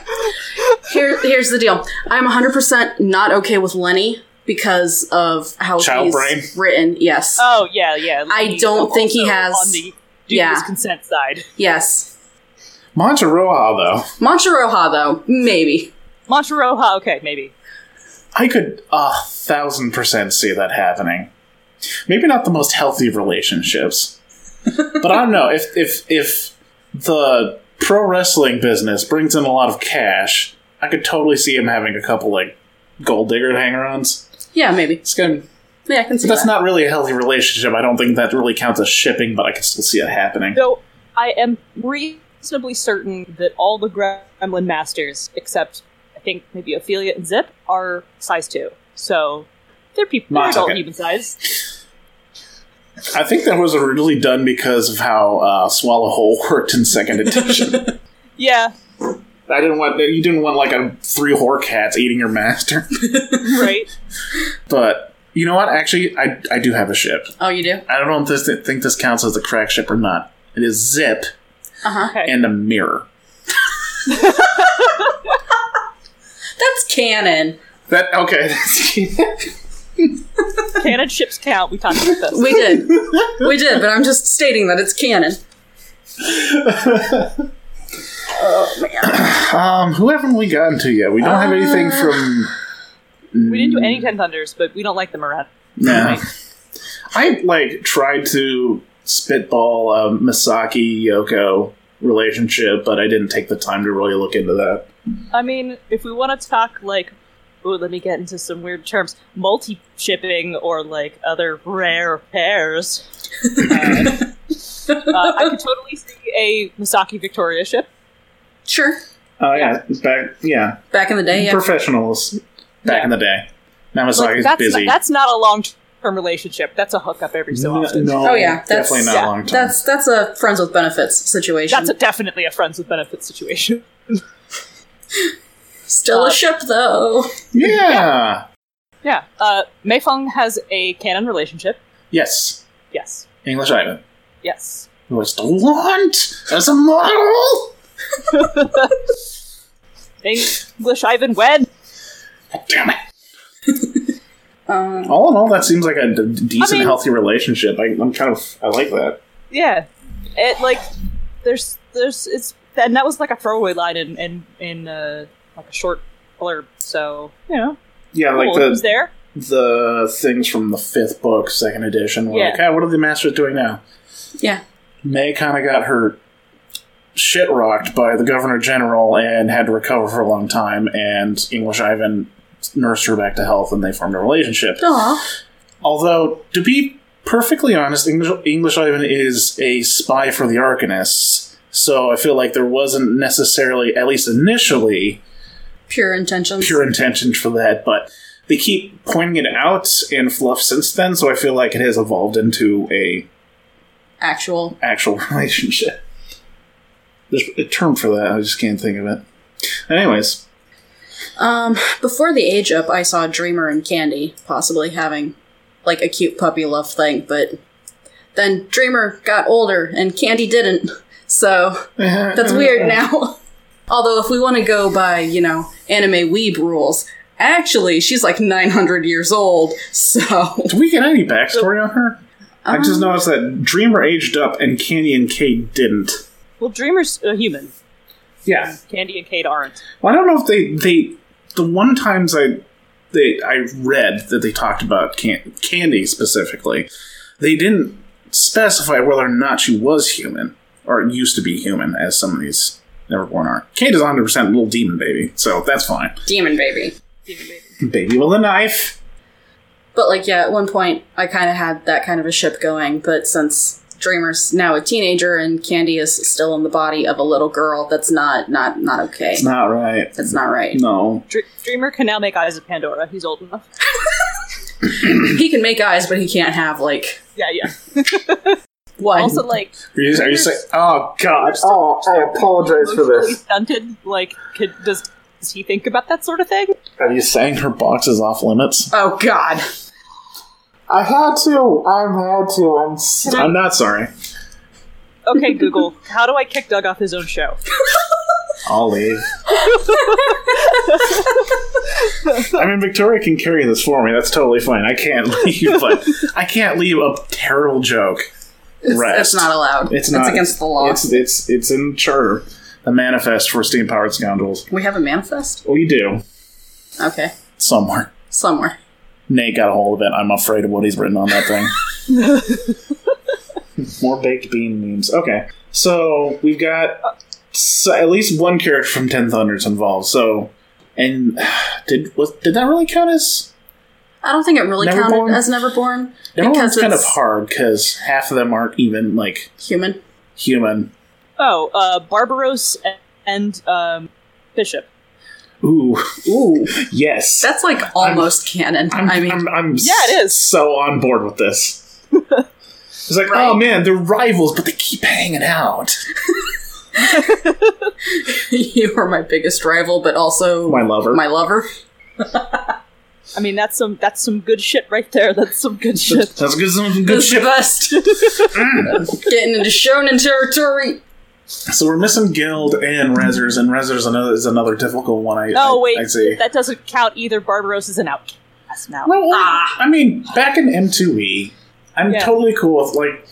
Here here's the deal. I'm 100% not okay with Lenny because of how Child he's brain? written. Yes. oh yeah yeah I Lenny's don't think he also has- on the yeah. yeah. consent side yes. Monteroa, though. Monteroha though, maybe. Monteroha, okay maybe I could a thousand percent see that happening. Maybe not the most healthy relationships, but I don't know if if if the pro wrestling business brings in a lot of cash. I could totally see him having a couple like gold digger hanger-ons. Yeah, maybe. It's gonna. Yeah, I can see That's that. not really a healthy relationship. I don't think that really counts as shipping, but I could still see it happening. Though I am reasonably certain that all the Gremlin Masters, except I think maybe Ophelia and Zip, are size two. So they're people, they're Not adult okay. human size. I think that was originally done because of how uh, Swallow Hole [laughs] worked in second edition. [laughs] Yeah, I didn't want you didn't want like a three whore cats eating your [laughs] master. right. But you know what? Actually, I, I do have a ship. oh, you do? I don't know if this think this counts as a crack ship or not. It is zip Uh-huh. Okay. and a mirror. That's canon. That okay? [laughs] Canon ships count. We talked about this. We did. we did, but I'm just stating that it's canon. um, who haven't we gotten to yet? We don't have anything Uh, from. We didn't do any Ten Thunders, but we don't like them around. Nah. I like tried to spitball a Misaki Yoko relationship, but I didn't take the time to really look into that. I mean, if we want to talk like, ooh, let me get into some weird terms, multi shipping or like other rare pairs. uh, uh, I could totally see a Misaki Victoria ship. Sure. Oh yeah, back yeah, Back in the day, yeah. professionals back Yeah. in the day. Now Like, Misaki's that's busy. Not, that's not a long term relationship. That's a hookup every so often. no, Oh, yeah, that's- definitely not yeah, long term. That's that's a friends with benefits situation. That's a, definitely a friends with benefits situation. [laughs] Still uh, a ship though. Yeah. [laughs] Yeah. Uh, Meifeng has a canon relationship. Yes. Yes. English Ivan. Yes. Who I still want as a model. [laughs] English Ivan Wed. Damn it. Um, All in all, that seems like a d- decent, I mean- healthy relationship. I, I'm kind of, I like that. Yeah. It like there's there's it's and that was like a throwaway line in in, in uh, like a short blurb. So you know, Yeah, like cool, it was the there. the things from the fifth book, second edition. Were Yeah. like, hey, what are the masters doing now? Yeah. May kind of got her shit rocked by the governor general and had to recover for a long time. And English Ivan nursed her back to health, and they formed a relationship. Aw. Although, to be perfectly honest, English, English Ivan is a spy for the Arcanists, so I feel like there wasn't necessarily, at least initially, Pure intentions. pure intention for that, but they keep pointing it out in fluff since then, so I feel like it has evolved into a Actual. actual [laughs] relationship. There's a term for that, I just can't think of it. Anyways, Um, before the age up, I saw Dreamer and Candy possibly having like a cute puppy love thing, but then Dreamer got older and Candy didn't. [laughs] So [laughs] that's weird now. Although, if we want to go by, you know, anime weeb rules, actually, she's like 900 years old, [laughs] so. Do we get any backstory on her? I just Um, noticed that Dreamer aged up and Candy and Kate didn't. Well, Dreamer's a human. Yeah. Candy and Kate aren't. Well, I don't know if they they the one times I they I read that they talked about can- Candy specifically, they didn't specify whether or not she was human or used to be human, as some of these Neverborn are. Kate is 100 percent little demon baby, so that's fine. Demon baby. Demon baby. Baby with a knife. But, like, yeah, at one point, I kind of had that kind of a ship going, but since Dreamer's now a teenager and Candy is still in the body of a little girl, that's not, not, not okay. It's not right. that's not right. No. Dr- Dreamer can now make eyes at Pandora. He's old enough. He can make eyes, but he can't have, like, Yeah, yeah. one. Also, like Are you, are you saying? Oh God. Oh, I apologize for emotionally this. stunted. Like, could, does does he think about that sort of thing? Are you saying her box is off limits? oh, God. I had to. I had to. I'm. S- I'm not sorry. [laughs] Okay, Google. how do I kick Doug off his own show? I'll leave. I mean, Victoria can carry this for me. That's totally fine. I can't [laughs] leave, but I can't leave a terrible joke. It's, Rest. it's not allowed. It's not. It's against the law. It's it's it's in charter, the manifest for steam powered scoundrels. we have a manifest? We do Okay. somewhere. Somewhere. Nate got a hold of it. I'm afraid of what he's written on that thing. [laughs] More baked bean memes. Okay, so we've got s at least one character from Ten Thunders involved. So, and [sighs] did was did that really count as? I don't think it really Neverborn? counted as Neverborn. No, Because it's kind of it's- hard because half of them aren't even like Human. human. Oh, uh, Barbaros and um, Bishop. Ooh, [laughs] Ooh. yes, That's like almost canon. I'm, I mean, I'm, I'm Yeah, it is. so on board with this. [laughs] It's like, Right. oh man, they're rivals, but they keep hanging out. [laughs] you are my biggest rival, but also My lover. My lover. I mean, that's some that's some good shit right there. That's some good shit. That's good. Some good This is the shit. [laughs] best. [laughs] Getting into shonen territory. So we're missing Guild and Rezzers, and Rezzers another is another difficult one. [laughs] I Oh I, wait, I see. that doesn't count either. Barbaros is an outcast now. Well, Ah. I mean, back in M two E, I'm Yeah. totally cool with like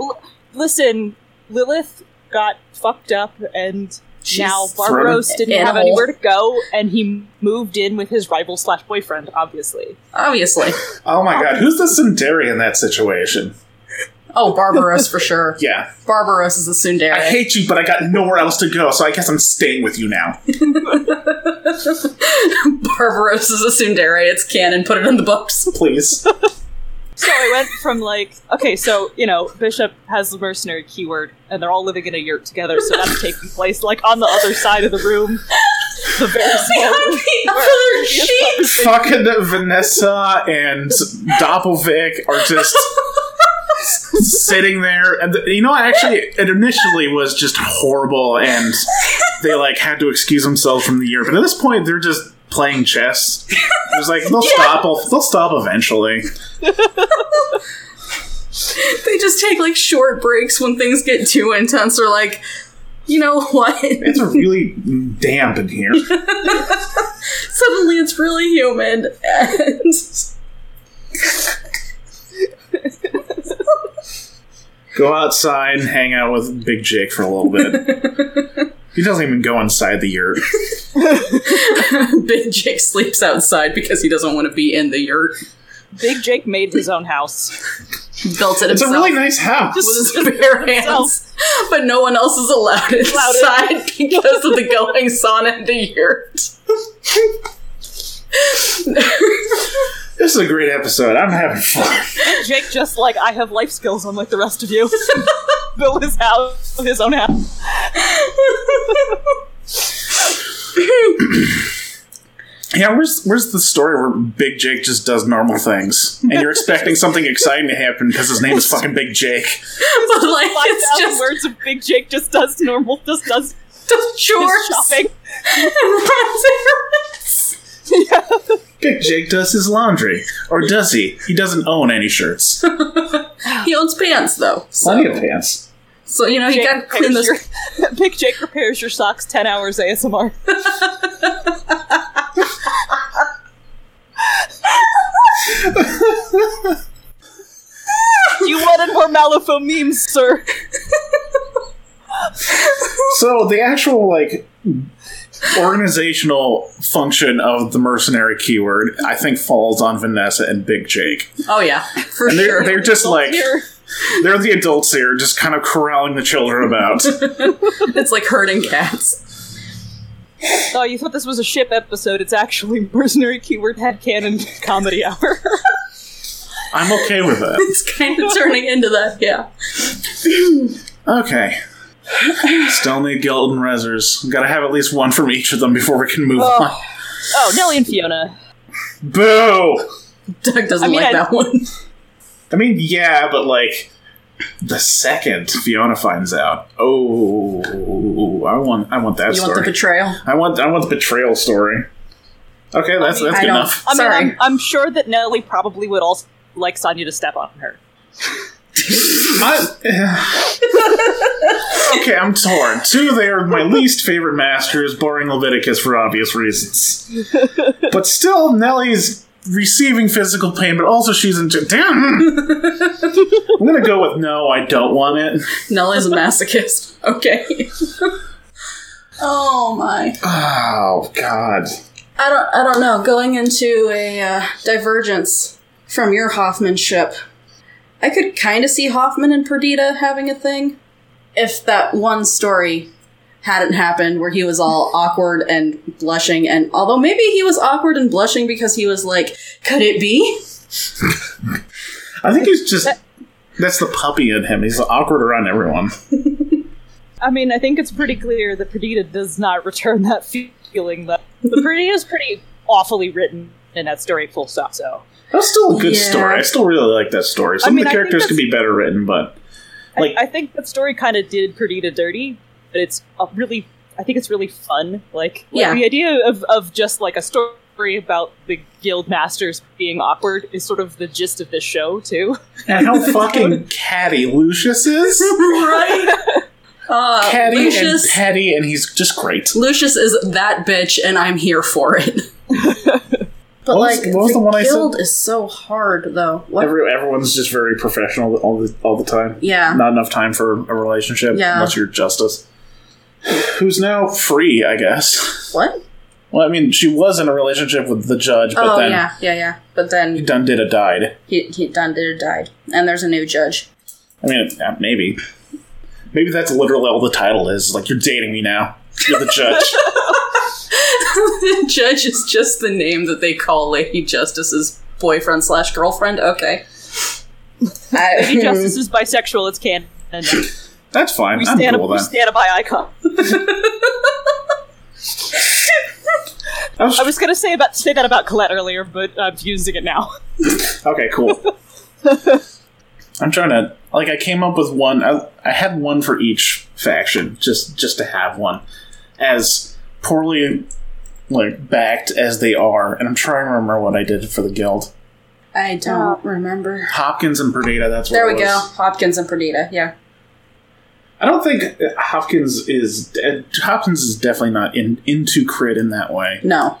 L- listen, Lilith got fucked up, and She's now thrown Barbaros didn't in a have hole. anywhere to go, and he moved in with his rival slash boyfriend. Obviously, Obviously. Oh my god, who's the Sundari in that situation? Oh, Barbaros for sure. Yeah. Barbaros is a tsundere. I hate you, but I got nowhere else to go, so I guess I'm staying with you now. [laughs] Barbaros is a tsundere. It's canon. Put it in the books. Please. so I went from like, okay, so you know, Bishop has the mercenary keyword, and they're all living in a yurt together, so that's taking place like on the other side of the room, the very small room. the other sheet. Fucking Vanessa and Doppelvic are just sitting there. And th- you know, actually, it initially was just horrible, and they like had to excuse themselves from the year. But at this point, they're just playing chess. It was like they'll stop. They'll stop eventually. They just take like short breaks when things get too intense. Or like, you know what? [laughs] It's really damp in here. Suddenly, it's really humid. And Go outside and hang out with Big Jake for a little bit. he doesn't even go inside the yurt. [laughs] Big Jake sleeps outside because he doesn't want to be in the yurt. Big Jake made his own house. Built it It's a himself really nice house. [laughs] with his bare hands, but no one else is allowed inside [laughs] because of the goings on in the yurt. [laughs] This is a great episode. I'm having fun. Big Jake just like I have life skills unlike the rest [laughs] of you. Built his house, his own house. Yeah, where's where's the story where Big Jake just does normal things and you're expecting something exciting to happen because his name is fucking Big Jake? but like, Five it's thousand just words of Big Jake just does normal, just does does his chores shopping. and runs errands. Yeah. Big Jake does his laundry, or does he? He doesn't own any shirts. He owns pants though, Plenty of so, pants. so you know he got to clean repairs those. [laughs] your- Big Jake repairs your socks ten hours ASMR. you wanted more Malifaux memes, sir. So the actual like organizational function of the mercenary keyword, I think, falls on Vanessa and Big Jake. Oh yeah, for And they're sure. they're just like Here, they're the adults here, just kind of corralling the children about. it's like herding cats. [laughs] oh, you thought this was a ship episode. It's actually mercenary keyword headcanon comedy hour. I'm okay with that. It's kind of turning into that. Yeah, Okay. Still need Gilton Rezzers. Gotta have at least one from each of them before we can move on. oh. oh, Nellie and Fiona. Boo! Doug doesn't I mean, like I- that one. I mean, yeah, but like, the second Fiona finds out, oh, I want, I want that You story. want the betrayal? I want, I want the betrayal story. Okay, that's mean, that's I good don't- enough. I Sorry. mean, I'm, I'm sure that Nellie probably would also like Sonya to step on her. I- okay, I'm torn. Two, they are my least favorite masters, barring Leviticus for obvious reasons. But still, Nellie's receiving physical pain, but also she's in. Damn. I'm gonna go with no. I don't want it. Nellie's a masochist. [laughs] Okay. oh my. Oh God. I don't. I don't know. Going into a uh, divergence from your Hoffmanship, I could kind of see Hoffman and Perdita having a thing. If that one story hadn't happened, where he was all awkward and blushing, and although maybe he was awkward and blushing because he was like, "Could it be?" I think he's just. That's the puppy in him. He's awkward around everyone. I mean, I think it's pretty clear that Perdita does not return that feeling. That but Perdita's pretty awfully written in that story, full stop. So That's still a good Yeah. story. I still really like that story. Some I mean, of the I think characters could that's- be better written, but like I, I think that story kind of did Perdita dirty, but it's a really, I think it's really fun. Like, Yeah. the idea of of just like a story about the guild masters being awkward is sort of the gist of this show too. and how fucking catty Lucius is. right. [laughs] Uh, Catty Lucius. and petty, and he's just great. Lucius is that bitch, and I'm here for [laughs] it. [laughs] but What was- like, what was the, the one I said? guild is so hard, though. What? Every, everyone's just very professional all the all the time. yeah, Not enough time for a relationship Yeah. unless you're Justice, who's now free, I guess. what? Well, I mean, she was in a relationship with the judge, but oh then yeah, yeah, yeah. But then done did a died. he, he done did died, and there's a new judge. [laughs] I mean, yeah, maybe, maybe that's literally all the title is. Like you're dating me now. You're the [laughs] judge. the judge is just the name that they call Lady Justice's boyfriend slash girlfriend. Okay. I- [laughs] Lady Justice is bisexual. It's canon. And that's fine. we I'm stand cool up. We with that. stand up by icon. I was- I was gonna say about say that about Colette earlier, but I'm using it now. Okay, cool. I'm trying to like I came up with one. I, I had one for each faction, just just to have one. As poorly like backed as they are, and I'm trying to remember what I did for the guild. I Oh. don't remember. Hopkins and Perdita. That's what There we it go. was. Hopkins and Perdita. Yeah. I don't think uh, Hopkins is uh, Hopkins is definitely not in into crit in that way. No.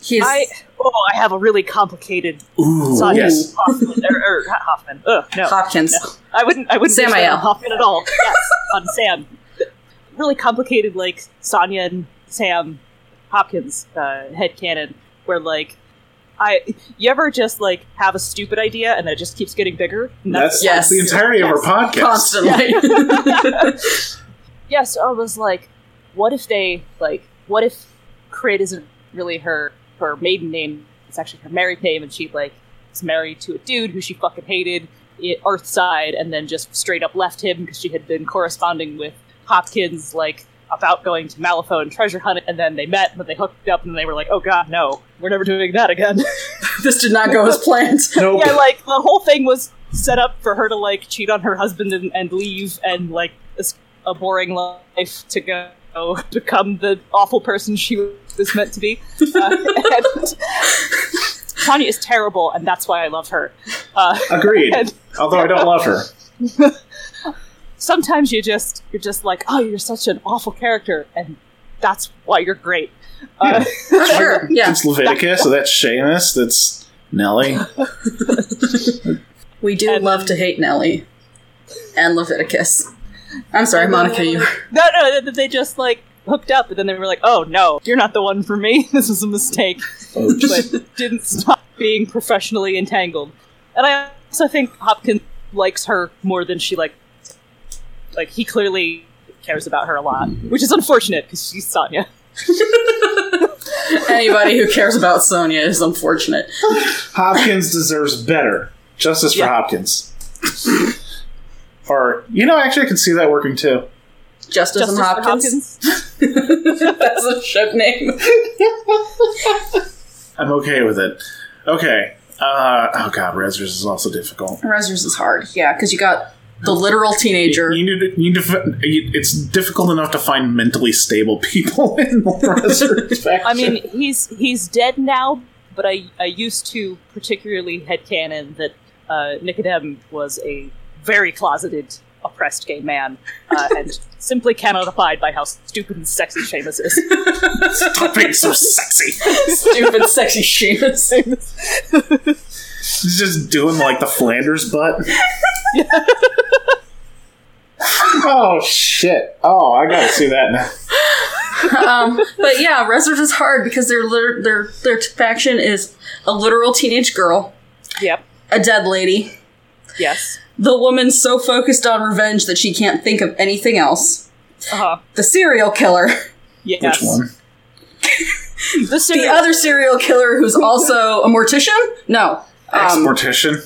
He's I oh, I have a really complicated Ooh, son. yes. Hoffman, or, or Hoffman. Ugh, no, Hopkins. I wouldn't. I wouldn't wish Samael. that on Hoffman at all. Yes, on Sam. Really complicated, like Sonya and Sam Hopkins uh, headcanon, where like I you ever just like have a stupid idea and it just keeps getting bigger. And That's, that's Yes. the entirety of our podcast. Constantly. [laughs] yes, I was like, what if they like, what if Crit isn't really her her maiden name? It's actually her married name, and she like is married to a dude who she fucking hated i- Earthside, and then just straight up left him because she had been corresponding with Hopkins like about going to Malifaux and treasure hunt, and then they met, but they hooked up, and they were like, oh god, no, we're never doing that again. this did not go as [laughs] planned. Nope. yeah, like the whole thing was set up for her to like cheat on her husband and, and leave and like es- a boring life to go [laughs] become the awful person she was meant to be. Uh, and Tanya is terrible, and that's why I love her. Uh, [laughs] Agreed. and Although I don't love her. sometimes you just you're just like, oh, you're such an awful character, and that's why you're great. Uh, sure. Yeah. It's Leviticus, so that's Seamus, that's Nelly. We do And- love to hate Nellie and Leviticus. I'm sorry, Monica. You No, no, th- they just like hooked up, and then they were like, oh no, you're not the one for me. [laughs] This was a mistake. Oops. but didn't stop being professionally entangled. And I also think Hopkins likes her more than she like. Like he clearly cares about her a lot, which is unfortunate because she's Sonya. anybody who cares about Sonia is unfortunate. [laughs] Hopkins deserves better. Justice for Yeah. Hopkins. or, you know, actually, I can see that working too. Justice, and Justice for Hopkins. [laughs] That's a ship name. I'm okay with it. Okay. Uh, oh, God, Rezzers is also difficult. Rezzers is hard. Yeah, because you got the literal [laughs] teenager. You need to, you need to, fi- you- it's difficult enough to find mentally stable people [laughs] in the [laughs] Rezzers faction. I mean, he's he's dead now, but I I used to particularly headcanon that uh, Nicodem was a very closeted oppressed gay man, [laughs] uh, and simply cannot abide by how stupid and sexy Seamus is. [laughs] stop being [laughs] so sexy. Stupid, sexy Seamus. He's just doing like the Flanders butt. [laughs] oh shit! Oh, I gotta see that now. um, but yeah, Rezzers is hard because their lit- their their t- faction is a literal teenage girl, yep. a dead lady, Yes. the woman so focused on revenge that she can't think of anything else, Uh huh. the serial killer, Yes. Which one? The, the other serial killer who's also a mortician. No, um, Exportation.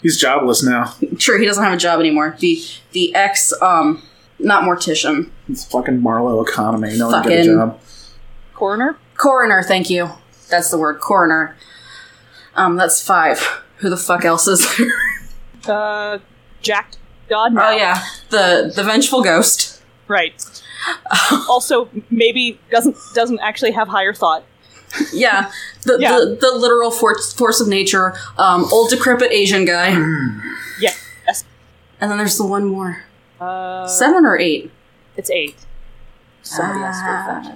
He's jobless now. sure he doesn't have a job anymore. The the ex, um, not mortician, It's fucking Marlowe economy. No one get a Fucking- job. coroner. coroner. Thank you. That's the word, coroner. Um, that's five. Who the fuck else is there? Uh, Jack God. [laughs] oh yeah, the the vengeful ghost. [laughs] Right. also, maybe doesn't doesn't actually have higher thought. Yeah, the, Yeah. The, the literal force, force of nature, um, old decrepit Asian guy, and Yeah. Yes. then there's the one more Uh, seven or eight. It's eight. Somebody else did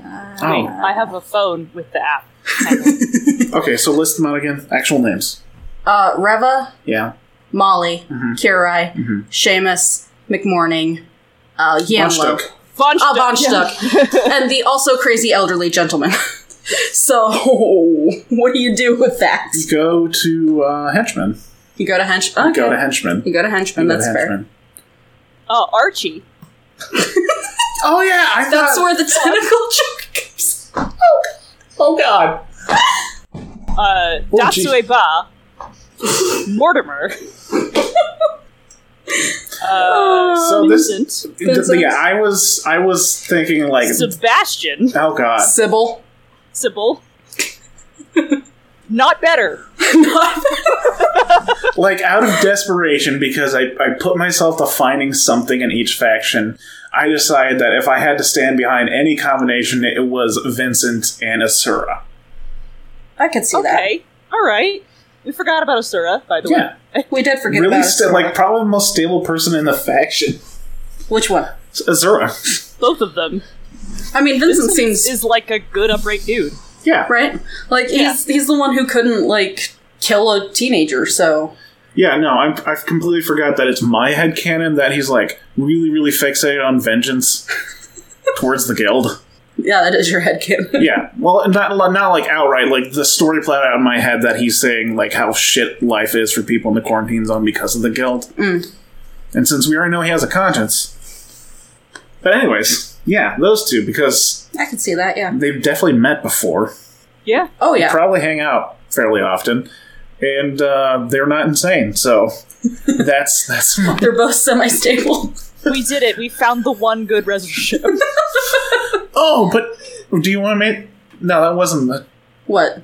that. Wait, Oh, I have a phone with the app. Hang on. okay. So list them out again. Actual names. Uh, Reva, Yeah. Molly, Kirai, Seamus, McMorning, uh, Yanlo, Bunchtook. Von Ah, Von Stuck. Stuck. and the also crazy elderly gentleman. [laughs] so, what do you do with that? Go to uh, henchman. You go to hench. Okay. Go to henchman. you go to henchman. Go to That's fair. henchman. [laughs] Uh, Archie. Oh yeah, I That's thought. where the tentacle joke comes. oh god. Uh, Oh, geez. Datsue Ba. Mortimer. uh, So this. Vincent. Vincent. Yeah, I was. I was thinking like. Sebastian. oh god. Sybil. Sybil. Not better. like out of desperation because I, I put myself to finding something in each faction i decided that if i had to stand behind any combination it was vincent and asura I could see that. Okay. All right. We forgot about Asura, by the way. yeah We did forget really about sta- Asura. like probably the most stable person in the faction Which one? asura Both of them. I mean, Vincent, Vincent seems is like a good upright dude. Yeah. right? Like he's he's the one who couldn't like kill a teenager, so Yeah, no, I'm, I've completely forgot that it's my headcanon that he's like really, really fixated on vengeance towards the guild. yeah, that is your head headcanon. Yeah, well, not not like outright, like the story played out in my head that he's saying like how shit life is for people in the quarantine zone because of the guild. And since we already know he has a conscience, but anyways, yeah, those two because [laughs] I can see that, yeah. they've definitely met before, Yeah. Oh yeah. probably hang out fairly often, and uh, they're not insane, so that's that's my They're both semi stable. We did it. We found the one good relationship. Oh, but do you want to make? No, that wasn't the. what?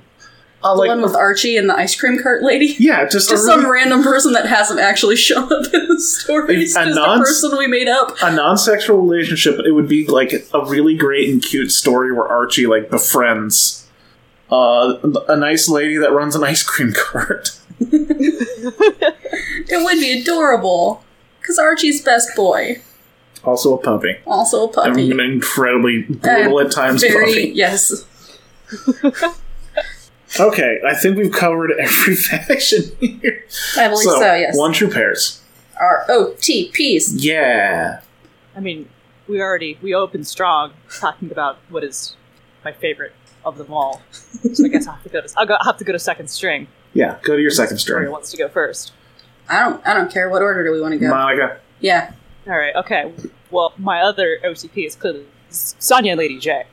Uh, The like, one with Archie and the ice cream cart lady? yeah, just, Just a, some random person that hasn't actually shown up in the story. It's A just a nonce? person we made up. a non-sexual relationship. It would be like a really great and cute story where Archie like befriends uh, a nice lady that runs an ice cream [laughs] cart. It would be adorable. Because Archie's best boy, Also a puppy. also a I'm puppy. an incredibly brutal Uh, at times Very, puppy. yes. Okay, I think we've covered every [laughs] faction here. I believe so, yes. One true pairs. R O T P's. Yeah. I mean, we already we opened strong talking about what is my favorite of them all. So I guess I have to go to I'll go, I have to go to second string. Yeah, go to your second Victoria story. wants to go first. I don't I don't care. What order do we want to go? Monica. yeah. All right. Okay. Well, my other OTP is clearly Sonya Lady J.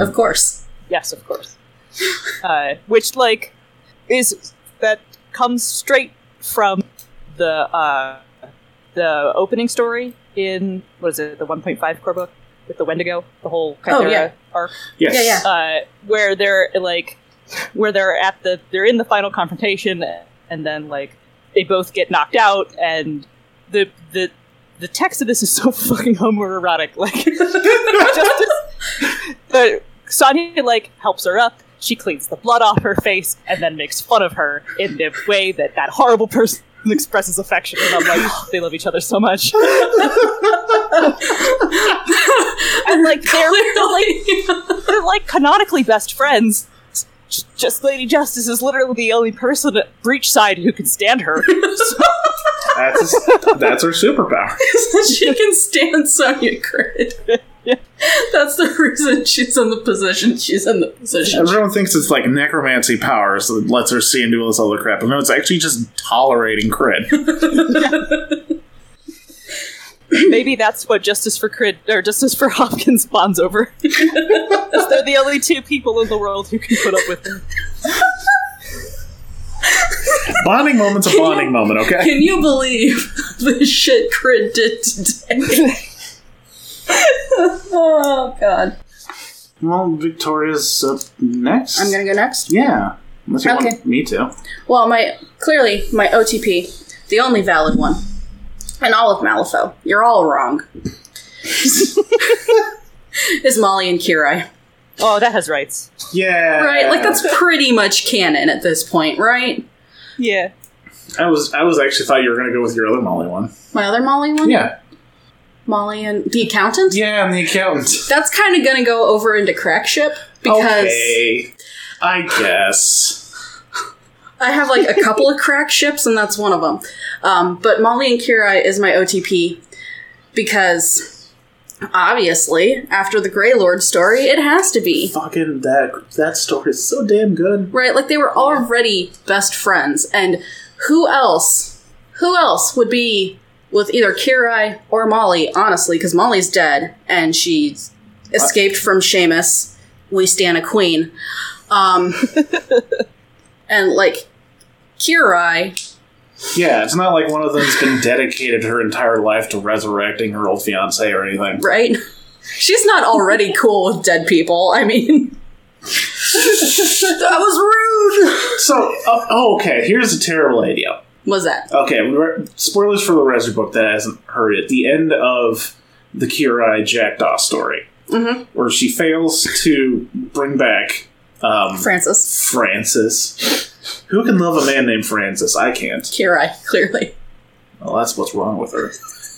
Of course. Yes, of course. uh, which like is that comes straight from the uh, the opening story in what is it the 1.5 core book with the Wendigo, the whole Chimera yeah. arc. Yes. Yeah, yeah. uh, where they're like where they're at the they're in the final confrontation and then like they both get knocked out and the the the text of this is so [laughs] fucking homoerotic like [laughs] just the Sonya like helps her up she cleans the blood off her face and then makes fun of her in the way that that horrible person [laughs] expresses affection and i'm like they love each other so much and [laughs] [laughs] like they're Clearly. they're like canonically best friends. J- Just Lady Justice is literally the only person at Breach side who can [laughs] stand her. [laughs] That's, that's her superpower. she can stand Sonya Crit. [laughs] That's the reason she's in the position she's in the position. Everyone thinks it's like necromancy powers that lets her see and do all this other crap, but no, it's actually just tolerating crit. Maybe that's what Justice for Crid or Justice for Hopkins [laughs] bonds over. 'Cause they're the only two people in the world who can put up with her. bonding moment's [laughs] a bonding moment, okay? Can you believe [laughs] the [laughs] shit Crit did today? oh god. Well, Victoria's up next. I'm gonna go next. Yeah. Unless you Okay. want me to. Well, my clearly my OTP, the only valid one. And all of Malifaux. You're all wrong. [laughs] is Molly and Kirai. [laughs] Oh, that has rights. Yeah. Right? Like that's pretty much canon at this point, right? Yeah. I was I was actually thought you were gonna go with your other Molly one. My other Molly one? Yeah. Molly and the accountant? Yeah, and the accountant. That's kind of going to go over into crackship because Okay. I guess. I have like a couple of crack ships and that's one of them. Um, but Molly and Kira is my OTP because obviously after the Grey Lord story, it has to be. Fucking that that story is so damn good. Right? Like they were already best friends and who else? Who else would be with either Kirai or Molly, honestly, because Molly's dead and she escaped from Seamus. We stand a queen. Um, and like Kirai, Yeah, it's not like one of them's been dedicated her entire life to resurrecting her old fiance or anything. right? [laughs] She's not already cool with dead people. I mean, that was So, oh, oh, okay, here's a terrible idea. rude. Was that? Okay, re- spoilers for the Resu book that hasn't heard it. The end of the Kirai Jackdaw story, Mhm. where she fails to bring back um, Francis. Francis. Who can love a man named Francis? I can't. Kirai, clearly. Well, that's what's wrong with her.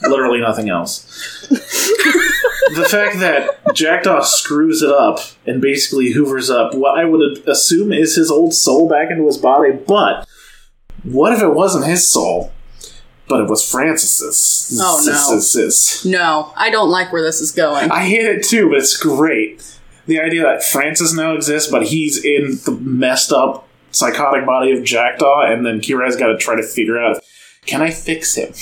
Literally nothing else. the fact that Jackdaw screws it up and basically hoovers up what I would assume is his old soul back into his body, but what if it wasn't his soul, but it was Francis's? Oh, no. Francis's. No, I don't like where this is going. I hate it too, but it's great. The idea that Francis now exists, but he's in the messed up psychotic body of Jackdaw, and then Kira's got to try to figure out can I fix him?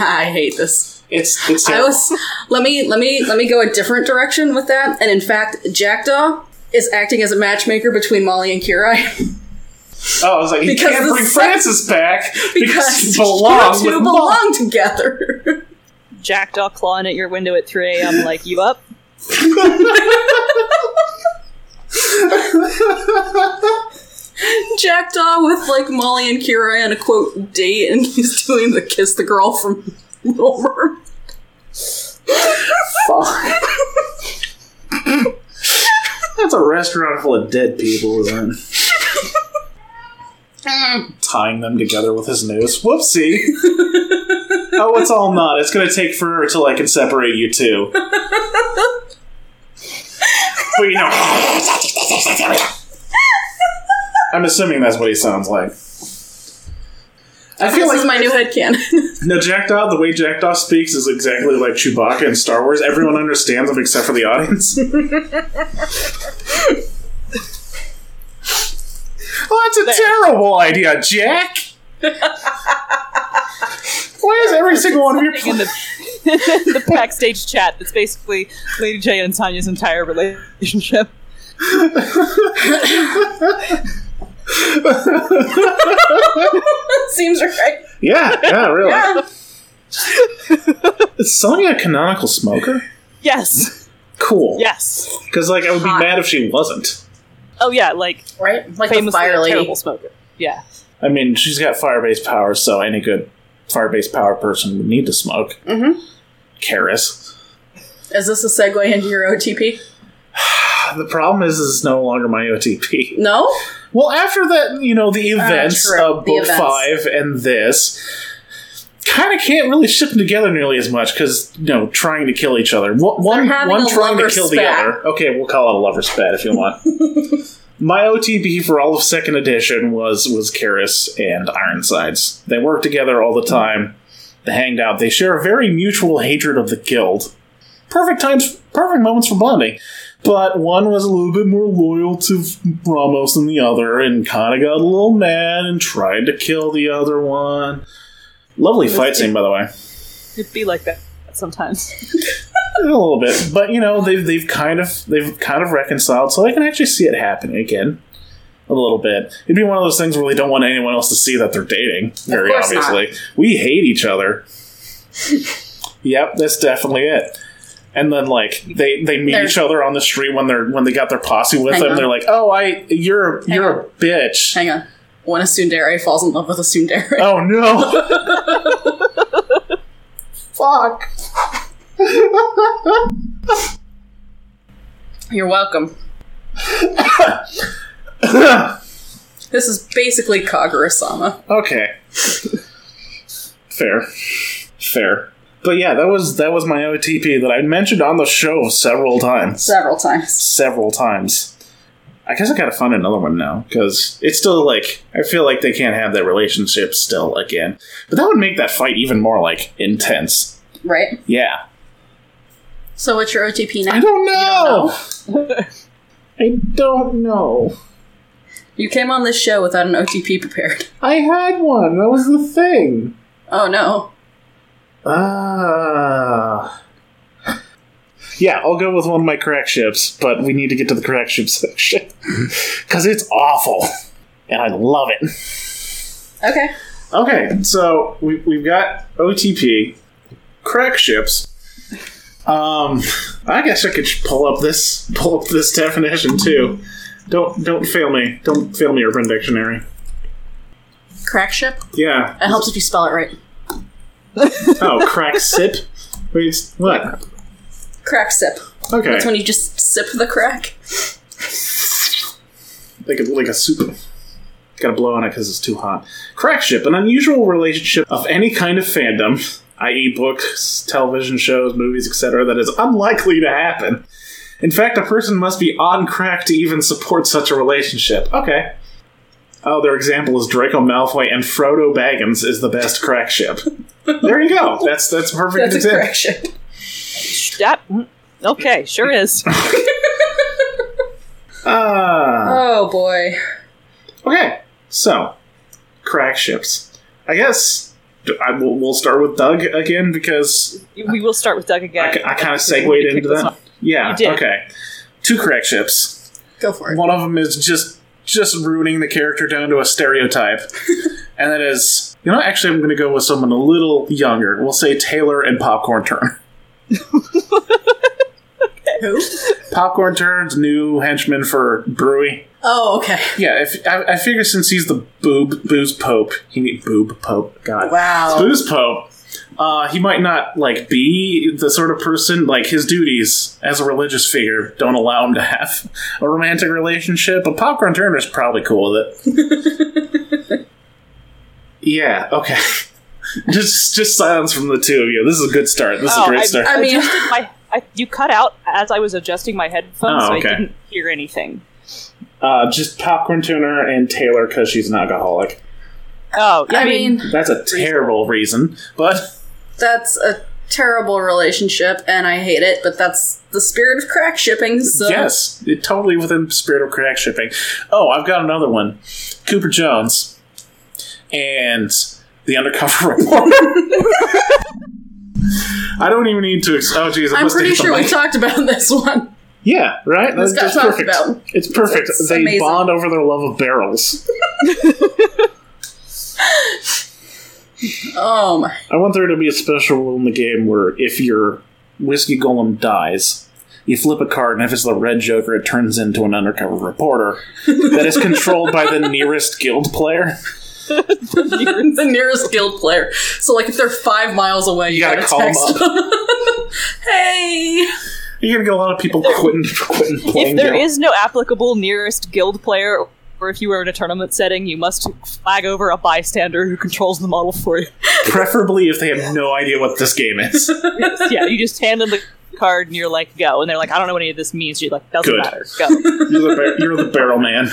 [laughs] I hate this. It's it's I terrible. was let me let me let me go a different direction with that. And in fact, Jackdaw is acting as a matchmaker between Molly and Kirai [laughs] oh, I was like, he because can't the bring sex- Francis back because, [laughs] because he you belongs two with belong Mom. together. [laughs] Jackdaw clawing at your window at 3 a.m. like, you up? Jackdaw with like Molly and Kirai on a quote date, and [laughs] he's doing the kiss the girl from [laughs] Little Mermaid. That's a restaurant full of dead people, isn't it? [laughs] Tying them together with his noose. Whoopsie. [laughs] oh, it's all not. It's going to take forever till I can separate you two. but you [laughs] know. I'm assuming that's what he sounds like. I feel like This is my new headcanon. [laughs] no, Jackdaw, the way Jackdaw speaks is exactly like Chewbacca in Star Wars. Everyone understands him except for the [laughs] audience. well, Oh, that's a terrible idea, Jack! Why is every single one of your. In the, [laughs] the backstage chat that's basically Lady J and Tanya's entire relationship. Seems right. yeah, yeah, really. Yeah. Is Sonya a canonical smoker? Yes. Cool. Yes. Because, like, I would be Hot. mad if she wasn't. Oh, yeah, like, [laughs] Right? Like the famously fire a lady. terrible smoker. Yeah. I mean, she's got fire based powers, so any good fire based power person would need to smoke. Mm hmm. Mm-hmm. Karis. Is this a segue into your OTP? The problem is, is it's no longer my OTP. No? Well, after that, you know, Ah, the events true. of The book events. five and this kind of can't really ship them together nearly as much because you know, trying to kill each other. One, one, having one a trying to lover kill the spat. other. Okay, we'll call it a lover spat if you [laughs] want. my OTP for all of second edition was was Karis and Ironsides. They work together all the time. They hanged out. They share a very mutual hatred of the guild. Perfect times, perfect moments for bonding. But one was a little bit more loyal to Ramos than the other, and kind of got a little mad and tried to kill the other one. Lovely fight scene, by the way. It'd be like that sometimes. A [laughs] little bit, but you know they've they've kind of they've kind of reconciled, so I can actually see it happening again. A little bit. It'd be one of those things where they don't want anyone else to see that they're dating. Very course not. obviously, we hate each [laughs] other. yep, that's definitely it. And then like they they meet They're- each other on the street when they're when they got their posse with Hang them. on. They're like, oh, I you're a, you're on. a bitch. Hang on. When a Sundari falls in love with a Sundari. Oh [laughs] no! Fuck. You're [coughs] welcome. this is basically Kagura-sama. Okay. Fair. Fair. But yeah, that was that was my OTP that I mentioned on the show several times. Several times. Several times. I guess I gotta find another one now, because it's still like I feel like they can't have that relationship still again. But that would make that fight even more like intense. Right? Yeah. So what's your OTP I now? don't know. I don't know. You came on this show without an OTP prepared. [laughs] I had one. That was the thing. Oh no. Ah. Yeah, I'll go with one of my correct ships, but we need to get to the correct ship section. [laughs] Because it's awful. And I love it. Okay. Okay, so we, we've got OTP, correct ships. Um, I guess I could pull up this pull up this definition too. Don't don't fail me. Don't fail me, Urban Dictionary. Crack ship? Yeah. It helps if you spell it right. Oh, crack sip. Wait, it's- what? Crack sip. Okay. That's when you just sip the crack. like a, like a soup. Got to blow on it because it's too hot. Crack ship, an unusual relationship of any kind of fandom i.e., books, television shows, movies, etc., that is unlikely to happen. In fact, a person must be on crack to even support such a relationship. Okay. Oh, their example is Draco Malfoy and Frodo Baggins is the best crack [laughs] ship. There you go. That's that's a perfect. That's a example. correction. That, mm, okay, sure is. Ah. Oh boy. Okay, so crack ships. I guess d- I will, we'll start with Doug again because we will start with Doug I, again. kind of segued kick into this that. off. Yeah. You did. Okay. Two crack ships. Go for it. One of them is just just ruining the character down to [laughs] a stereotype, and that is you know actually I'm going to go with someone a little younger. We'll say Taylor and Popcorn Turn. Who? [laughs] Popcorn Turn's new henchman for Brewy. Oh, okay. Yeah, if, I, I figure since he's the boob booze pope, he need boob pope. God, Wow. booze pope uh, he might not like be the sort of person like his duties as a religious figure don't allow him to have a romantic relationship but popcorn turner's probably cool with it yeah okay [laughs] just just silence from the two of you this is a good start this is Oh, a great I- start I mean, adjusted my, I, you cut out as I was adjusting my headphones, Oh, so okay. I didn't hear anything. uh, just popcorn turner and taylor because she's an alcoholic Oh, yeah, I mean, that's a terrible reason but that's a terrible relationship, and I hate it. But that's the spirit of crack shipping. So Yes, it, totally within the spirit of crack shipping. Oh, I've got another one. Cooper Jones and the undercover [laughs] report. I don't even need to. Ex- oh, jeez, I I'm must have pretty hit the sure we mic. talked about [laughs] this one. [laughs] Yeah, right. This got talked perfect. about. It's perfect. It's they amazing. bond over their love of barrels. Oh my. [laughs] I want there to be a special rule in the game where if your whiskey golem dies, you flip a card, and if it's the red Joker, it turns into an undercover reporter that is controlled by the [laughs] nearest guild player. the nearest guild player. So, like, if they're five miles away, you, gotta gotta, call 'em text them. [laughs] hey, You're gonna get a lot of people quitting, quitting playing. if there Guild. is no applicable nearest guild player, or if you are in a tournament setting, you must flag over a bystander who controls the model for you. [laughs] preferably if they have no idea what this game is. yeah, you just hand them the card and you're like, go. And they're like, I don't know what any of this means. You're like, doesn't Good. matter. Go. You're the, bar- you're the barrel man. [laughs]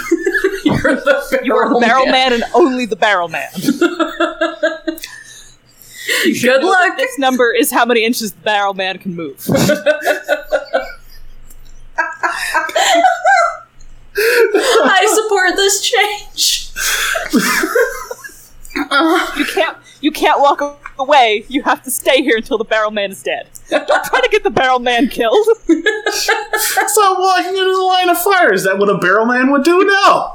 you're the You [laughs] barrel are the barrel man. man and only the barrel man. Good luck. This number is how many inches the barrel man can move. I support this change. [laughs] You can't you can't walk away. You have to stay here until the barrel man is dead. Don't try to get the barrel man killed. That's not walking into the line of fire. Is that what a barrel man would do? [laughs] No.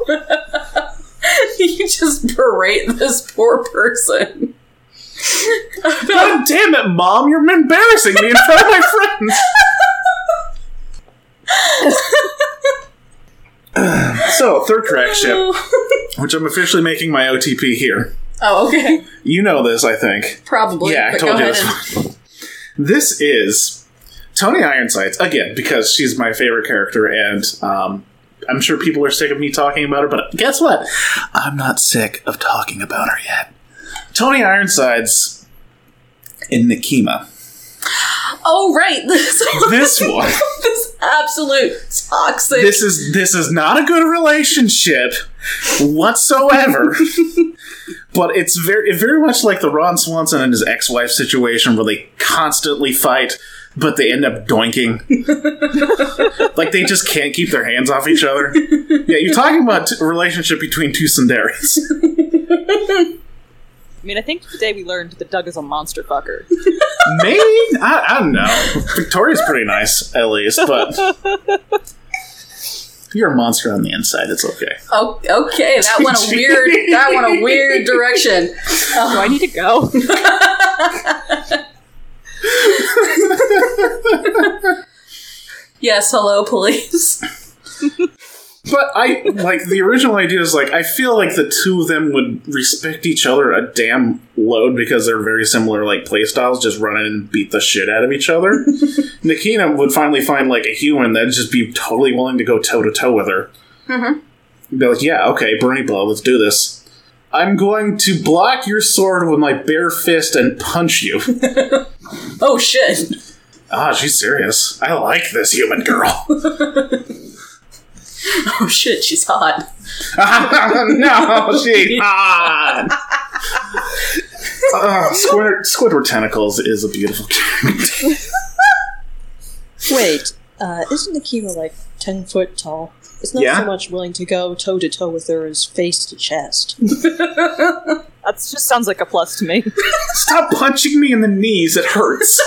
you just berate this poor person. God damn it, mom! You're embarrassing me in front of my [laughs] friends. so third crack ship, which I'm officially making my OTP here. [laughs] Oh, okay. You know this, I think. Probably. Yeah, I but told go you ahead this. this is Tony Ironsides again because she's my favorite character, and um, I'm sure people are sick of me talking about her. But guess what? I'm not sick of talking about her yet. Tony Ironsides in Nikima. and- [laughs] Oh, right. [laughs] This, This one. this absolute toxic. This is this is not a good relationship whatsoever. but it's very very much like the Ron Swanson and his ex-wife situation where they constantly fight but they end up doinking. like they just can't keep their hands off each other. Yeah, you're talking about a relationship between two Sundaris. I mean, I think today we learned that Doug is a monster fucker. Maybe I, I don't know. Victoria's pretty nice, at least, but you're a monster on the inside. It's okay. oh, okay, that went [laughs] a weird. that went a weird direction. Do I need to go? Yes. Hello, police. But I like the original idea is like I feel like the two of them would respect each other a damn load because they're very similar like playstyles, just run in and beat the shit out of each other. Nikina would finally find like a human that'd just be totally willing to go toe to toe with her. Mm-hmm. Be like, yeah, okay, Bernie Blow, let's do this. I'm going to block your sword with my bare fist and punch you. [laughs] Oh shit. [laughs] ah, she's serious. I like this human girl. Oh shit, she's hot. [laughs] no, [laughs] she. Ah. Ah, Squid- Squidward Tentacles is a beautiful [laughs] character. Wait, uh, isn't Akira like 10 foot tall? It's not Yeah. so much willing to go toe to toe with her as face to chest. That just sounds like a plus to me. Stop punching me in the knees, it [laughs] hurts.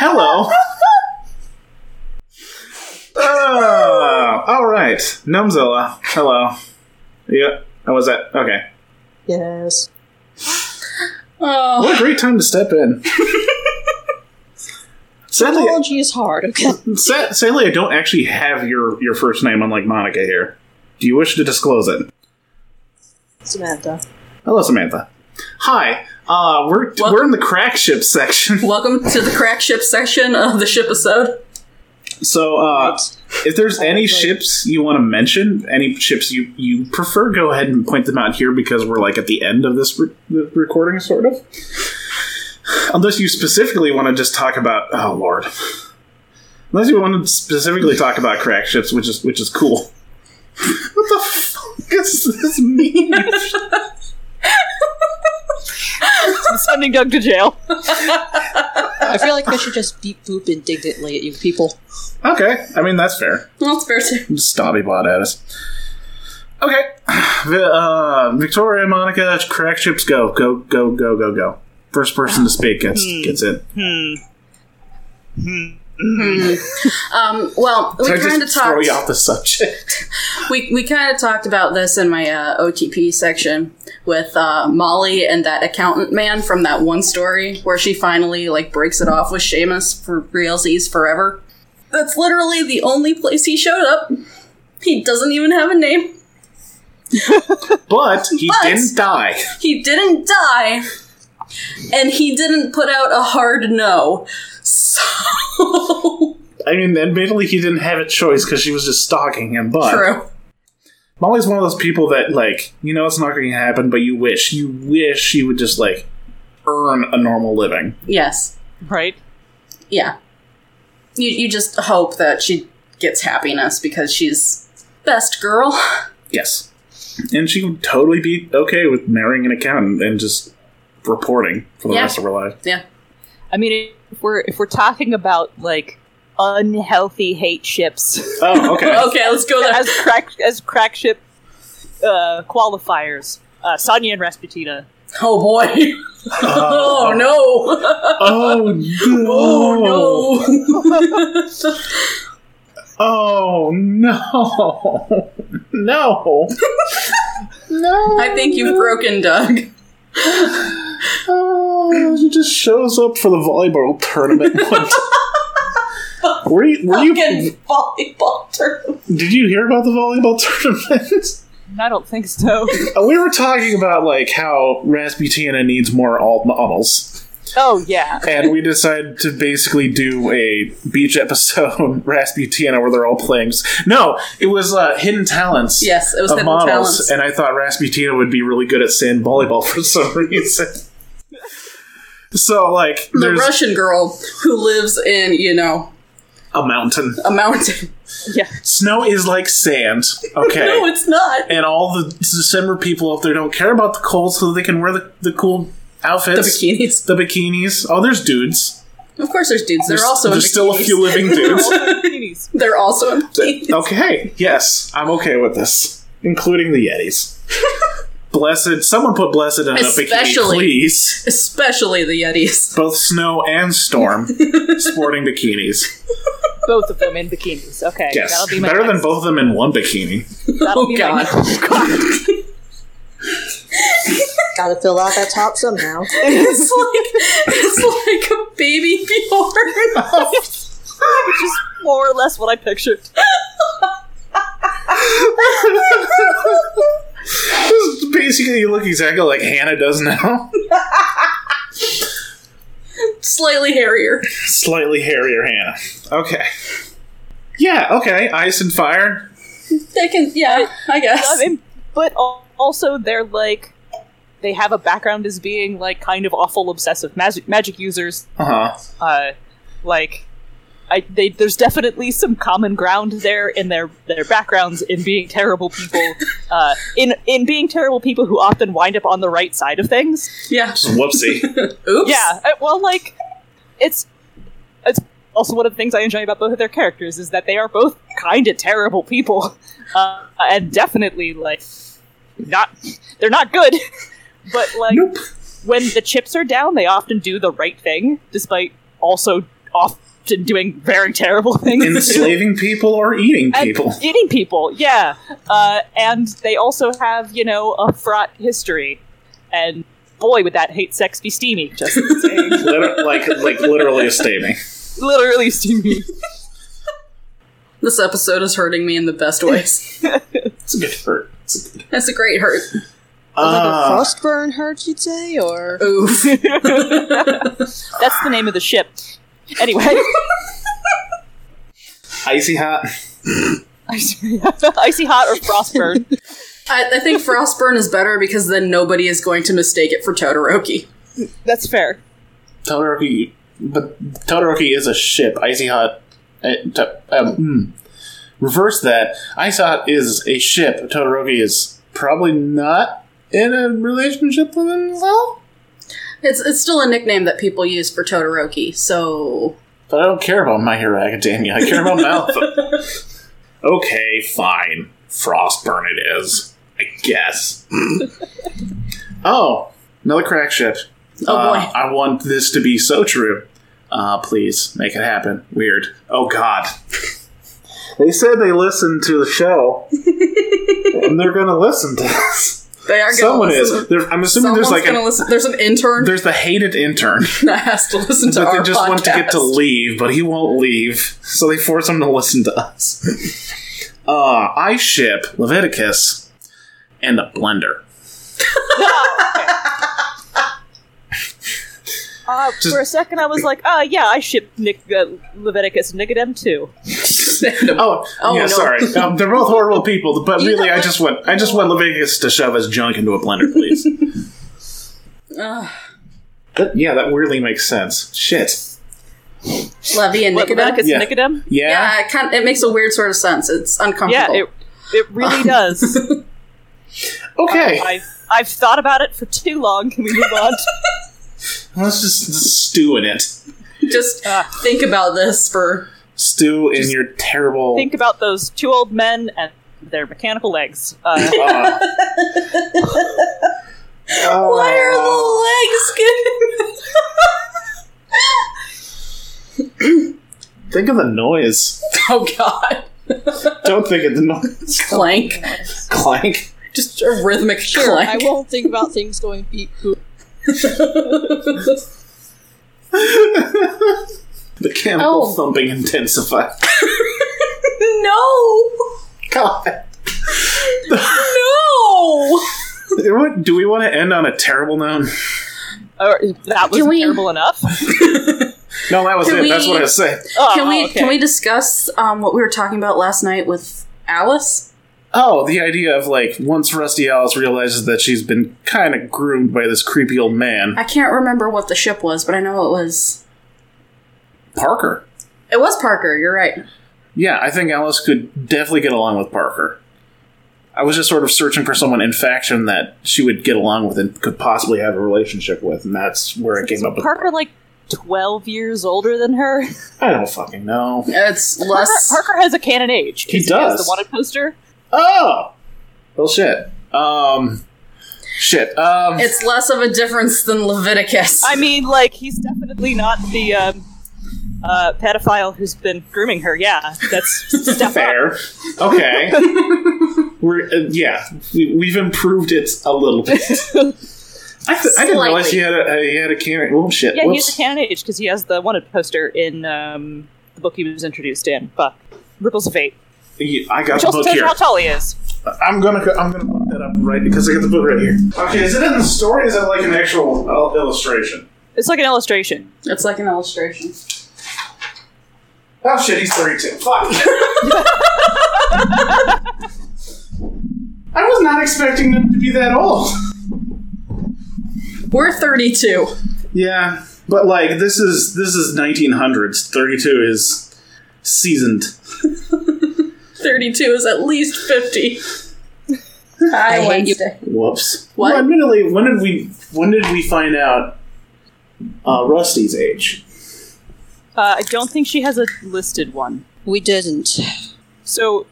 Hello. Oh, all right. Numzilla. Hello. Yeah. Oh, was that? Okay. Yes. Oh, What a great time to step [laughs] in. Sadly, Apology is hard, okay? sa- sadly, I don't actually have your, your first name, unlike Monica here. Do you wish to disclose it? Samantha. Hello, Samantha. Hi. Uh, we're Welcome. we're in the crack ship section. [laughs] welcome to the crack ship section of the ship episode. So, uh, Right. if there's any Right. ships you want to mention, any ships you you prefer, go ahead and point them out here because we're like at the end of this re- the recording, sort of. Unless you specifically want to just talk about, oh lord. Unless you want to specifically talk about crack ships, which is which is cool. [laughs] what the fuck is this mean? I'm sending Doug to jail. I feel like I should just beep boop indignantly at you people. okay, I mean that's fair. Well, it's fair to. snobby bot at us. Okay, [sighs] Vi- uh, Victoria, Monica, crack chips, go, go, go, go, go, go. First person to speak gets Hmm. gets it. Um, well, we Did I kind of just throw talked. you off the subject. [laughs] we, we kind of talked about this in my uh, OTP section with uh, Molly and that accountant man from that one story where she finally like breaks it off with Seamus for realsies forever. That's literally the only place he showed up. He doesn't even have a name. But he But- didn't die. He didn't die, and he didn't put out a hard no. So I mean, admittedly, he didn't have a choice because she was just stalking him. But true. Molly's one of those people that, like, you know, it's not going to happen, but you wish, you wish she would just like earn a normal living. Yes. Right? yeah you, you just hope that she gets happiness because she's best girl [laughs] Yes, and she would totally be okay with marrying an accountant and just reporting for the Yeah. rest of her life. yeah I mean, if we're if we're talking about like unhealthy hate [laughs] ships Oh, okay. okay let's go there as crack as crack ship uh, qualifiers, uh, Sonya and Rasputina. oh boy Uh, [laughs] oh no [laughs] oh no! oh no Oh no! [laughs] No! no! i think you've broken doug Oh, he just shows up for the volleyball [laughs] tournament. one time. were you? Were you? Fucking volleyball tournament. Did you hear about the volleyball [laughs] tournament? Uh, I don't think [laughs] so. we were talking about like how Rasputina needs more alt models, oh yeah. and we decided to basically do a beach episode [laughs] Rasputina where they're all playing. s- No, it was uh, Hidden Talents. yes it was of hidden models, talents and I thought Rasputina would be really good at sand volleyball [laughs] for some reason. so, like, the there's russian girl who lives in you know a mountain. a mountain Yeah. Snow is [laughs] like sand, okay? no it's not and all the December people up there don't care about the cold, so they can wear the, the cool the outfits, bikinis the bikinis. Oh, there's dudes. of course there's dudes they're There's- also in there's still a bikinis. few [laughs] living dudes. Bikinis. they're also in bikinis. okay, yes, I'm okay with this, including [laughs] the Yetis. Blessed, someone put Blessed in a bikini, Especially. please. especially the yetis both snow and storm sporting bikinis. Both of them in bikinis. Okay. Yes, That'll be my better than next- both of them in one bikini. That'll [laughs] Oh, be God. my [laughs] next- [laughs] Gotta fill out that top [laughs] somehow. It's like it's like a baby Bjorn. [laughs] [laughs] which is more or less what I pictured. Just Basically, you look exactly like Hannah does now. [laughs] Slightly hairier. Slightly hairier Hannah. Okay. Yeah, okay. Ice and fire. They can, yeah, I I guess. mean, but al- also they're like they have a background as being like kind of awful obsessive magic magic users. Uh huh. Uh, like I, they, there's definitely some common ground there in their their backgrounds in being terrible people. uh, in in being terrible people who often wind up on the right side of things. Yeah. Just whoopsie. Oops. Yeah, uh, well, like it's it's also one of the things I enjoy about both of their characters is that they are both kind of terrible people, [laughs] uh, and definitely like not they're not good. [laughs] But like nope. when the chips are down, they often do the right thing, despite also often doing very terrible things. [laughs] Enslaving people or eating [laughs] And people. eating people, yeah. Uh, and they also have, you know, a fraught history. And boy, would that hate sex be steamy, [laughs] just saying. Liter- like, like literally a steaming. literally steamy. This episode is hurting me in the best [laughs] ways. It's a good hurt. It's a good. That's a great hurt. like a Uh, frost burn hurt, you'd say, or [laughs] Oof. That's the name of the ship. Anyway, [laughs] icy hot. icy hot or frostburn. I, I think Frostburn is better because then nobody is going to mistake it for Todoroki. That's fair. Todoroki, but Todoroki is a ship. Icy Hot. Uh, to, um, mm. Reverse that. Icy Hot is a ship. Todoroki is probably not in a relationship with himself. It's it's still a nickname that people use for Todoroki, so But I don't care about My Hero Academia. I care about Malfoy. [laughs] okay, fine. Frostburn it is. I guess. [laughs] oh, another crack ship. Oh, Uh, boy. I want this to be so true. Uh, please make it happen. Weird. Oh God. They said they listened to [laughs] the show, and they're going to listen to us. they are going Someone is. There- I'm assuming there's like gonna an, listen. There's an intern there's the hated intern that has to listen to that our they just podcast. want to get to leave, but he won't leave, so they force him to listen to us. [laughs] Uh, I ship Leviticus and the blender. Uh, for a second, I was like, "Oh yeah, I ship Nick uh, Leviticus and Nicodem too." Oh, Oh, yeah, no. sorry. [laughs] Um, they're both horrible people, but You really, know I what? just want I just want Leviticus to shove his junk into a [laughs] blender, please. Ugh. That- yeah, that weirdly makes sense. Shit. Levy and What, Nicodem. Leviticus Yeah. and Nicodem. Yeah. Yeah, it, kind it makes a weird sort of sense. It's Yeah, uncomfortable. it it [laughs] really does. Okay. Uh, I've I've thought about it for too long. Can we move on? [laughs] Let's just stew in it. just Ah. think about this for Stew in your terrible. Think about those two old men and their mechanical legs. [laughs] Uh, uh, Why are uh, the legs Think of the noise. getting? [laughs] oh God! Don't think of the noise. Clank, Clank. [laughs] just a rhythmic sure, I clank. won't think about things going beep boop. The cannibal Oh. thumping intensified. [laughs] no, God. no. Do we want to end on a terrible note? or, that was Can we- terrible enough. No, that was Can it. That's we- what I was saying. Oh, Can we okay. can we discuss um, what we were talking about last night with Alice? Oh, the idea of like once Rusty Alice realizes that she's been kind of groomed by this creepy old man, I can't remember what the ship was, but I know it was Parker. it was Parker. You're right. Yeah, I think Alice could definitely get along with Parker. I was just sort of searching for someone in faction that she would get along with and could possibly have a relationship with, and that's where I came up with. Parker like twelve years older than her. I don't fucking know. [laughs] It's Parker, less. Parker has a canon age. He Is- has does. the wanted poster. Oh, well, shit. Um, shit. Um, It's less of a difference than Leviticus. I mean, like he's definitely not the um, uh, pedophile who's been grooming her. Yeah, [laughs] that's step [laughs] up. fair. Okay. We're uh, yeah, we, we've improved it a little bit. I, th- I didn't Slightly. realize he had a uh, he had a cannon. Oh shit! Yeah, he's Whoops. a canon age because he has the wanted poster in um, the book he was introduced in. Fuck, Ripples of Fate, He- I got which the also book tells you here. Uh, how tall he is. I'm gonna co- I'm gonna look that up right because I got the book right here. Okay, is it in the story? Is it like an actual uh, illustration? It's like an illustration. it's like an illustration. Oh shit, he's 32. [laughs] Fuck. I was not expecting them to be that old. We're 32. Yeah, but like this is this is 1900s. 32 is seasoned. 32 is at least [laughs] 50. Hi, hate Wednesday. Whoops. What? Well, admittedly, when did we when did we find out uh, Rusty's age? Uh, I don't think she has a listed one. We didn't. So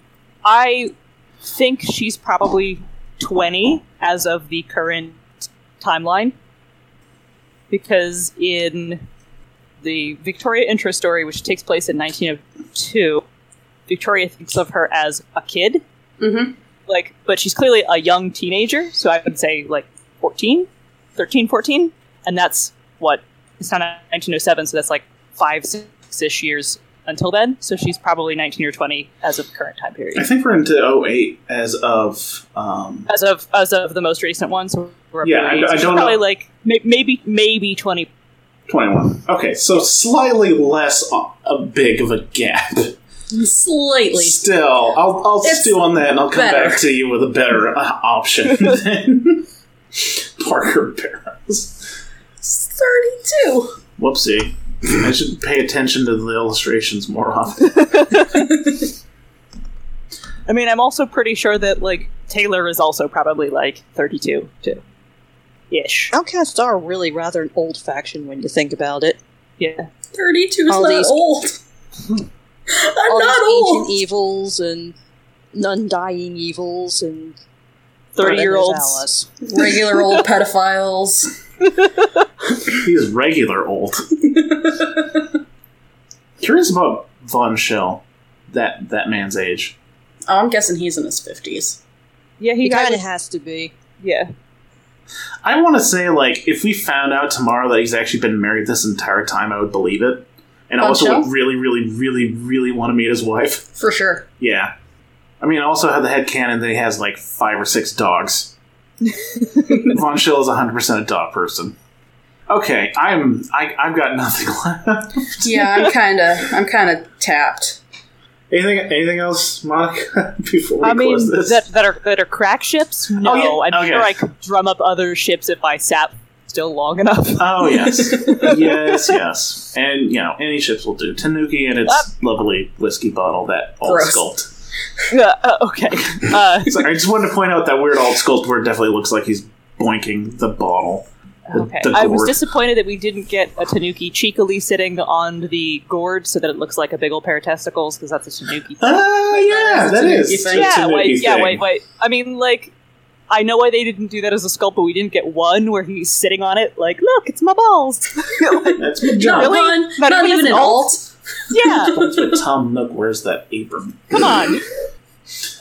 I think she's probably 20 as of the current timeline. Because in the Victoria intro story, which takes place in 1902, Victoria thinks of her as a kid. Mhm. Like, but she's clearly a young teenager, so I would say like 14, 13, 14. And that's what, it's not 1907, so that's like five, six ish years until then. So she's probably 19 or 20 as of current time I period. think we're into 08 as of um, As of as of the most recent ones, we're up Yeah, to I- eight. I So she's don't probably know. like may- maybe maybe 20. 21. Okay, so slightly less o- a big of a gap. Slightly. Still, I'll I'll It's stew on that, and I'll come better. back to you with a better uh, [laughs] option than [laughs] Parker Barrows. 32. Whoopsie! I should pay attention to the illustrations more often. [laughs] I mean, I'm also pretty sure that like Taylor is also probably like 32 too, ish. Outcasts are really rather an old faction when you think about it. Yeah, 32 is All not these- [laughs] old. I'm All not these old. ancient evils and undying evils and 30 year Brothers olds. Alice. Regular [laughs] old pedophiles. He's [laughs] regular old. Curious about Von Schell, that that man's age. Oh, I'm guessing he's in his 50s. Yeah, he, He got kind it. of has to be. Yeah, I want to say, like, if we found out tomorrow that he's actually been married this entire time, I would believe it. And I Von also Schell? would really, really, really, really want to meet his wife. For sure. Yeah. I mean, I also have the headcanon that he has, like, five or six [laughs] dogs. Von Schill is 100% a dog person. Okay, I'm, I, I've got nothing [laughs] left. Yeah, I'm [laughs] kind of I'm kind of tapped. Anything, anything else, Monica, [laughs] before we I mean close this? Oh, that that are that are crack ships. No, yeah, I'm okay. sure I could drum up other ships if I sat still long enough. [laughs] Oh yes, yes, yes, and you know any ships will do. Tanuki and its lovely whiskey bottle that alt Gross. sculpt. Yeah, uh, okay. Uh, Sorry, I just wanted to point out that weird alt sculpt where it definitely looks like he's boinking the bottle. The- okay. the I was gourd. disappointed that we didn't get a tanuki cheekily sitting on the gourd so that it looks like a big old pair of testicles because that's a tanuki. thing. Ah, yeah, That that is a Tanuki is. a thing. yeah, Tanuki wait, yeah, thing. wait, wait. I mean, like, I know why they didn't do that as a sculpt, but we didn't get one where he's sitting on it, like, look, it's my balls. [laughs] That's my Not job. really? one, Not not, even even an an alt? alt. yeah, That's what Tom Nook wears that apron. come on.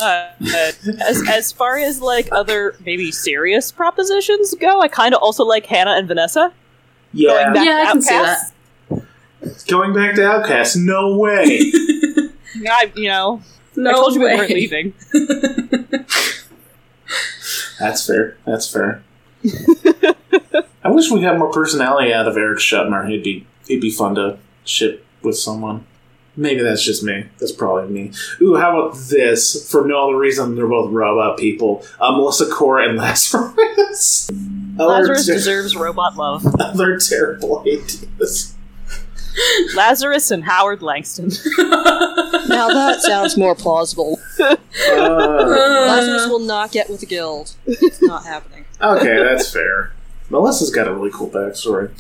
Uh, uh, as as far as like other maybe serious propositions go, I kind of also like Hannah and Vanessa Yeah, going back Yeah, to I can see Outcasts. going back to Outcast. No [laughs] way. I, you know, No I told you way. we weren't leaving. That's fair. That's fair. [laughs] I wish we got more personality out of Eric Shuttner. It'd be it'd be fun to ship with someone. Maybe that's just me. That's probably me. Ooh, how about this? For no other reason, they're both robot people. Uh, Melissa Cora and [laughs] Lazarus. Lazarus Other- deserves robot love. [laughs] [laughs] Other terrible ideas. Lazarus and Howard Langston. Now that sounds more plausible. [laughs] Uh, Lazarus will not get with the guild. It's not happening. okay, that's fair. Melissa's got a really cool backstory.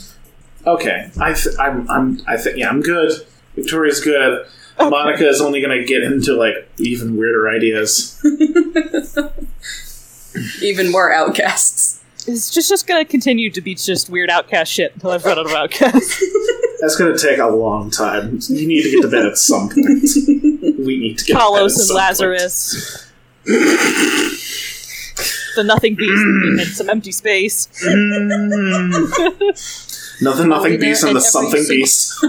Okay, I th- I'm I'm I think yeah I'm good. Victoria's good. Monica is only going to get into like even weirder ideas. even more outcasts. [laughs] It's just just gonna continue to be just weird outcast shit until I've run out of outcasts. That's going to take a long time. You need to get to bed at some point. [laughs] We need to get to bed at [laughs] Talos [laughs] some and point. [laughs] Lazarus. the nothing beast in some empty space. Mm. [laughs] nothing, I'll be nothing there beast and the at every something single- beast.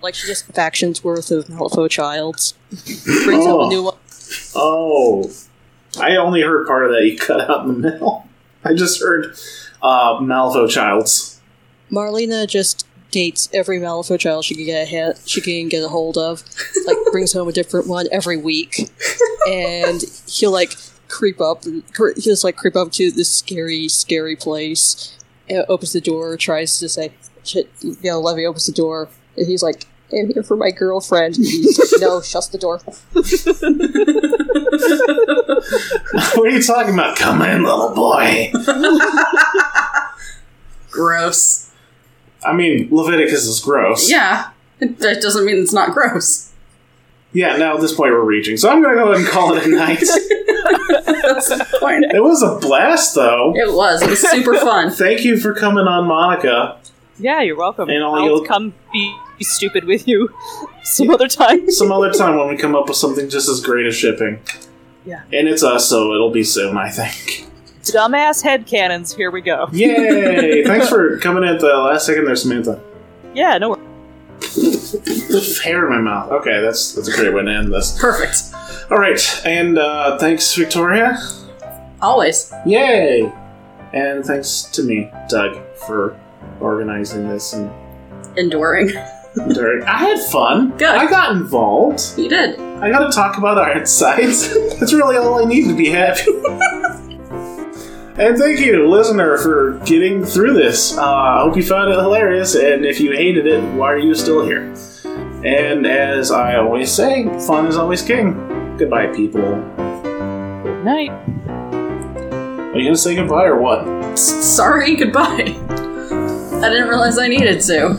Like she just factions worth of Malifaux childs. Brings up Oh. a new one. Oh, I only heard part of that. You cut out in the middle. I just heard uh, Malvo Childs. Marlena just dates every Malifaux child she can get a ha- she can get a hold of. Like brings home a different one every week, and he'll like creep up. cre- He'll just like creep up to this scary, scary place. uh, Opens the door, tries to say, "Shit," you know, Levy opens the door, and he's like, "I'm here for my girlfriend." [laughs] He's like, no, shuts the door. what are you talking about? Come in, little boy. Gross. I mean, Leviticus is gross. Yeah. That doesn't mean it's not gross. [laughs] Yeah, now at this point we're reaching. So I'm going to go ahead and call it a night. That's the point. it was a blast, though. It was. It was [laughs] super fun. Thank you for coming on, Monica. Yeah, you're welcome. And all I'll you'll- come be stupid with you [laughs] some other time. Some other time when we come up with something just as great as shipping. Yeah. And it's us, so it'll be soon, I think. Dumbass headcanons, here we go. Yay! Thanks for coming in at the last second there, Samantha. Yeah, no worries. Hair in my mouth. Okay, that's that's a great way to end this. Perfect. All right, and uh, thanks, Victoria. Always. Yay! And thanks to me, Doug, for organizing this and Enduring. Derek. I had fun. Good. I got involved. You did. I got to talk about art sites. [laughs] That's really all I need to be happy. [laughs] and thank you, listener, for getting through this. Uh, I hope you found it hilarious, and if you hated it, why are you still here? And as I always say, fun is always king. Goodbye, people. Are Good night. you gonna say goodbye or what? S- Sorry, goodbye. I didn't realize I needed to.